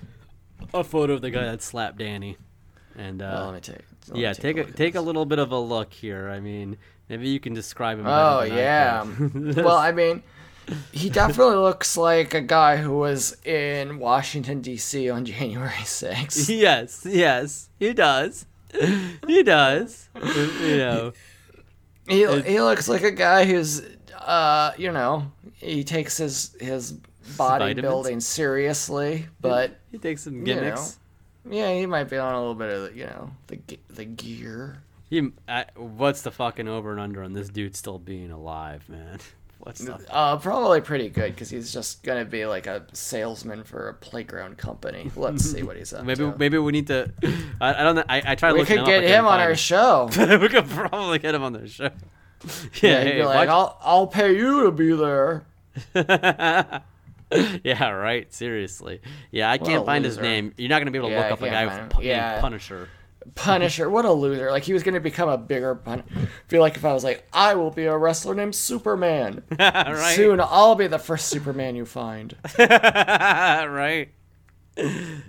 S3: a photo of the guy that slapped Danny, and uh,
S4: Well, let me take. let me
S3: yeah, take a
S4: look at
S3: take a
S4: this.
S3: little bit of a look here. I mean, maybe you can describe him. better
S4: Oh
S3: than I
S4: yeah.
S3: can.
S4: well, I mean, he definitely looks like a guy who was in Washington D.C. on January 6th.
S3: yes, yes, he does. he does. you know,
S4: He he looks like a guy who's uh you know he takes his his bodybuilding
S3: vitamins?
S4: seriously, but
S3: he takes some
S4: you know,
S3: gimmicks.
S4: yeah, he might be on a little bit of the, you know the ge- the gear.
S3: He, I, what's the fucking over and under on this dude still being alive, man? What's the
S4: Uh, probably pretty good because he's just gonna be like a salesman for a playground company. Let's see what he's up
S3: Maybe
S4: to.
S3: maybe we need to. I, I don't know. I, I try
S4: we could
S3: looking him
S4: get
S3: up, I
S4: him
S3: couldn't
S4: on
S3: find
S4: our
S3: him.
S4: show.
S3: we could probably get him on the show.
S4: Yeah,
S3: Yeah,
S4: he'd
S3: hey,
S4: be like,
S3: watch-
S4: I'll, I'll pay you to be there.
S3: yeah, right. Seriously. Yeah, I
S4: What
S3: can't
S4: a
S3: find
S4: loser.
S3: his name. You're not gonna be able to
S4: Yeah, I
S3: look up a
S4: can't
S3: guy
S4: find him.
S3: with pu- named
S4: Yeah.
S3: Punisher.
S4: Punisher, what a loser. Like, he was going to become a bigger pun. Feel like if I was like, I will be a wrestler named Superman.
S3: right.
S4: Soon I'll be the first Superman you find.
S3: right.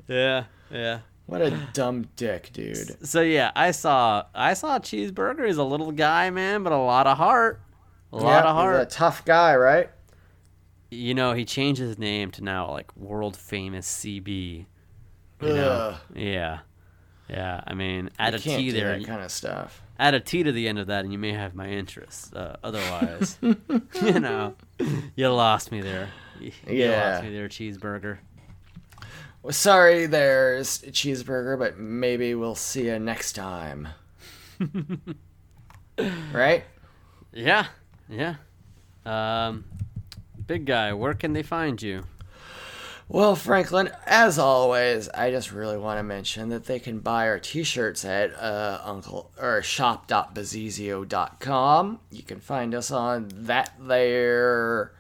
S3: Yeah. Yeah.
S4: What a dumb dick, dude.
S3: So yeah, I saw I saw cheeseburger. He's a little guy, man, but a lot of heart. A lot
S4: Yeah,
S3: of
S4: he's
S3: heart.
S4: a tough guy, right?
S3: you know, he changed his name to now like world famous CB. You know?
S4: Ugh.
S3: Yeah. Yeah, I mean, add
S4: You
S3: a
S4: can't
S3: T
S4: do
S3: there.
S4: that kind of stuff.
S3: add a T to the end of that, and you may have my interest. Uh, otherwise, you know, you lost me there. You
S4: Yeah.
S3: lost me there, cheeseburger.
S4: Well, sorry, there's cheeseburger, but maybe we'll see you next time. right?
S3: Yeah, yeah. Um, big guy, where can they find you?
S4: Well, Franklin, as always, I just really want to mention that they can buy our t-shirts at uh, uncle or shop.bazizio.com. You can find us on that there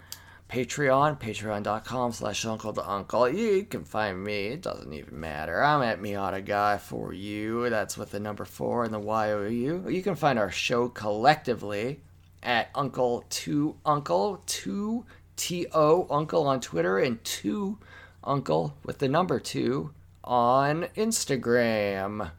S4: Patreon, patreon.com slash uncle to uncle. You can find me, it doesn't even matter. I'm at Miata Guy for you. That's with the number four and the Y-O-U. You can find our show collectively at Uncle Two Uncle Two T O Uncle on Twitter and Two Uncle with the number two on Instagram.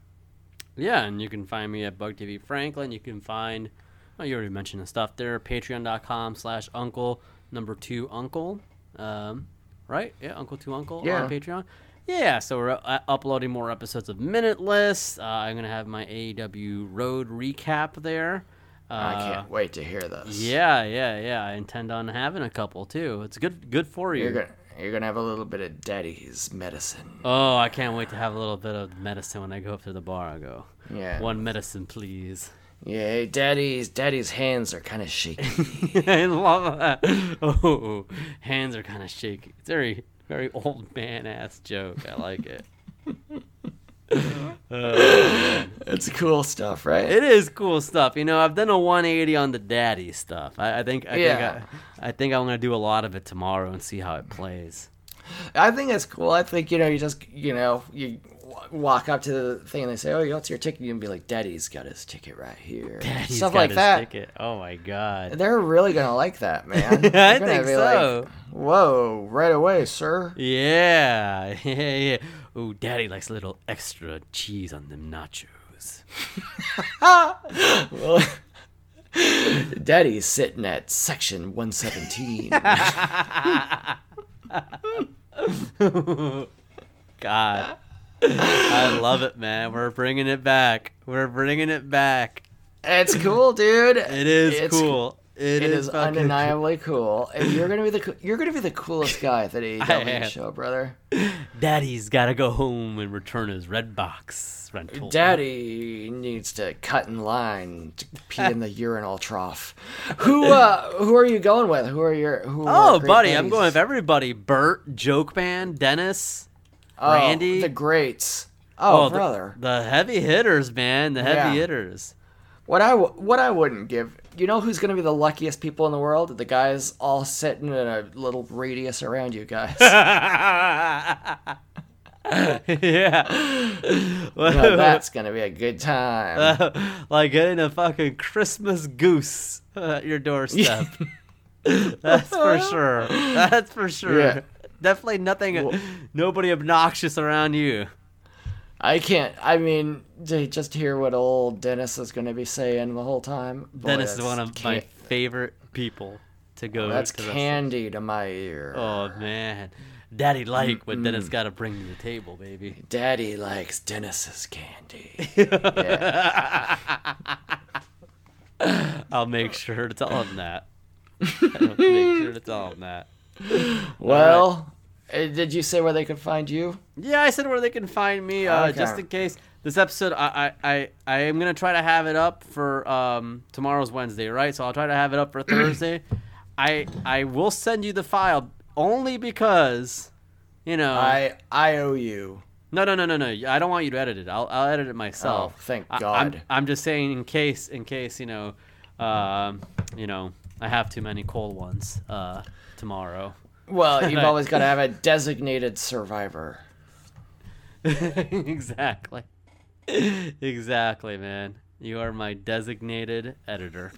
S3: Yeah, and you can find me at Bug TV Franklin. You can find, well, you already mentioned the stuff there. Patreon.com slash Uncle number two Uncle, um, right? Yeah, Uncle two Uncle
S4: Yeah.
S3: on Patreon. Yeah, so we're uh, uploading more episodes of Minute List. Uh, I'm gonna have my AEW Road recap there. Uh,
S4: I can't wait to hear this.
S3: Yeah, yeah, yeah. I intend on having a couple too. It's good, good for you.
S4: You're gonna you're gonna have a little bit of daddy's medicine.
S3: Oh, I can't wait to have a little bit of medicine when I go up to the bar. I go,
S4: Yeah.
S3: one medicine, please.
S4: Yeah, daddy's daddy's hands are kinda shaky.
S3: I love that. Oh, hands are kind of shaky. It's very, very old man ass joke. I like it.
S4: it's cool stuff, right?
S3: It is cool stuff. You know, I've done a 180 on the daddy stuff. I, I think, I
S4: Yeah.
S3: think, I, I think I'm gonna do a lot of it tomorrow and see how it plays.
S4: I think it's cool. I think you know you just you know you w- walk up to the thing and they say, "Oh, you what's your ticket?" You can be like, "Daddy's got his ticket right here."
S3: Daddy's
S4: Stuff
S3: got
S4: like
S3: his
S4: that.
S3: ticket. Oh my god.
S4: They're really gonna like that, man.
S3: I
S4: They're gonna
S3: think
S4: be
S3: so.
S4: Like, Whoa! Right away, sir.
S3: Yeah, yeah, yeah. Ooh, daddy likes a little extra cheese on them nachos.
S4: Daddy's sitting at section 117.
S3: God. I love it, man. We're bringing it back. We're bringing it back.
S4: it's cool, dude.
S3: It is
S4: It's-
S3: cool.
S4: it is,
S3: fucking-
S4: undeniably cool, and you're gonna be the coo- you're gonna be the coolest guy at the
S3: am.
S4: AEW show, brother.
S3: Daddy's gotta go home and return his red box rental.
S4: Daddy needs to cut in line to pee in the urinal trough. Who uh, who are you going with? Who are your who? are
S3: Oh,
S4: great
S3: buddy, I'm
S4: buddies?
S3: going with everybody. Bert, Joke Man, Dennis,
S4: Oh,
S3: Randy.
S4: the greats. Oh,
S3: the-
S4: brother,
S3: The, heavy hitters, man. The heavy
S4: Yeah.
S3: hitters.
S4: what I w- what I wouldn't give. You know who's gonna be the luckiest people in the world? The guys all sitting in a little radius around you guys.
S3: yeah.
S4: Now that's gonna be a good time.
S3: like getting a fucking Christmas goose at your doorstep. That's for sure. That's for sure.
S4: Yeah.
S3: Definitely nothing,
S4: Well-
S3: nobody obnoxious around you.
S4: I can't. I mean, to just hear what old Dennis is gonna be saying the whole time. Boy,
S3: Dennis is
S4: that's
S3: one of my
S4: can-
S3: favorite people to go
S4: That's
S3: to. the-
S4: candy to my ear.
S3: Oh man, Daddy
S4: Mm,
S3: like what Dennis got to bring to the table, baby.
S4: Daddy likes Dennis's candy. yeah.
S3: I'll make sure to tell him that. I'll make sure to tell him that.
S4: Well, uh, did you say where they could find you?
S3: Yeah, I said where they can find me, uh,
S4: Okay.
S3: just in case. This episode, I, I, I, I am gonna try to have it up for um, tomorrow's Wednesday, right? So I'll try to have it up for Thursday. I, I will send you the file only because, you know,
S4: I I owe you.
S3: No, no, no, no, no. I don't want you to edit it. I'll, I'll edit it myself.
S4: Oh, thank
S3: I-
S4: God.
S3: I'm, I'm just saying in case, in case you know, um, you know, I have too many cold ones uh, tomorrow.
S4: Well, you've always got to have a designated survivor.
S3: exactly. exactly, man. You are my designated editor.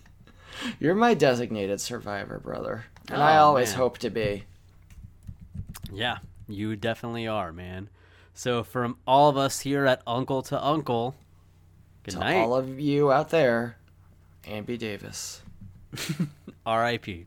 S4: You're my designated survivor, brother, and I always
S3: Oh, man.
S4: hope to be.
S3: Yeah, you definitely are, man. So from all of us here at Uncle to Uncle, good
S4: To
S3: night.
S4: all of you out there, Ambie Davis.
S3: R.I.P.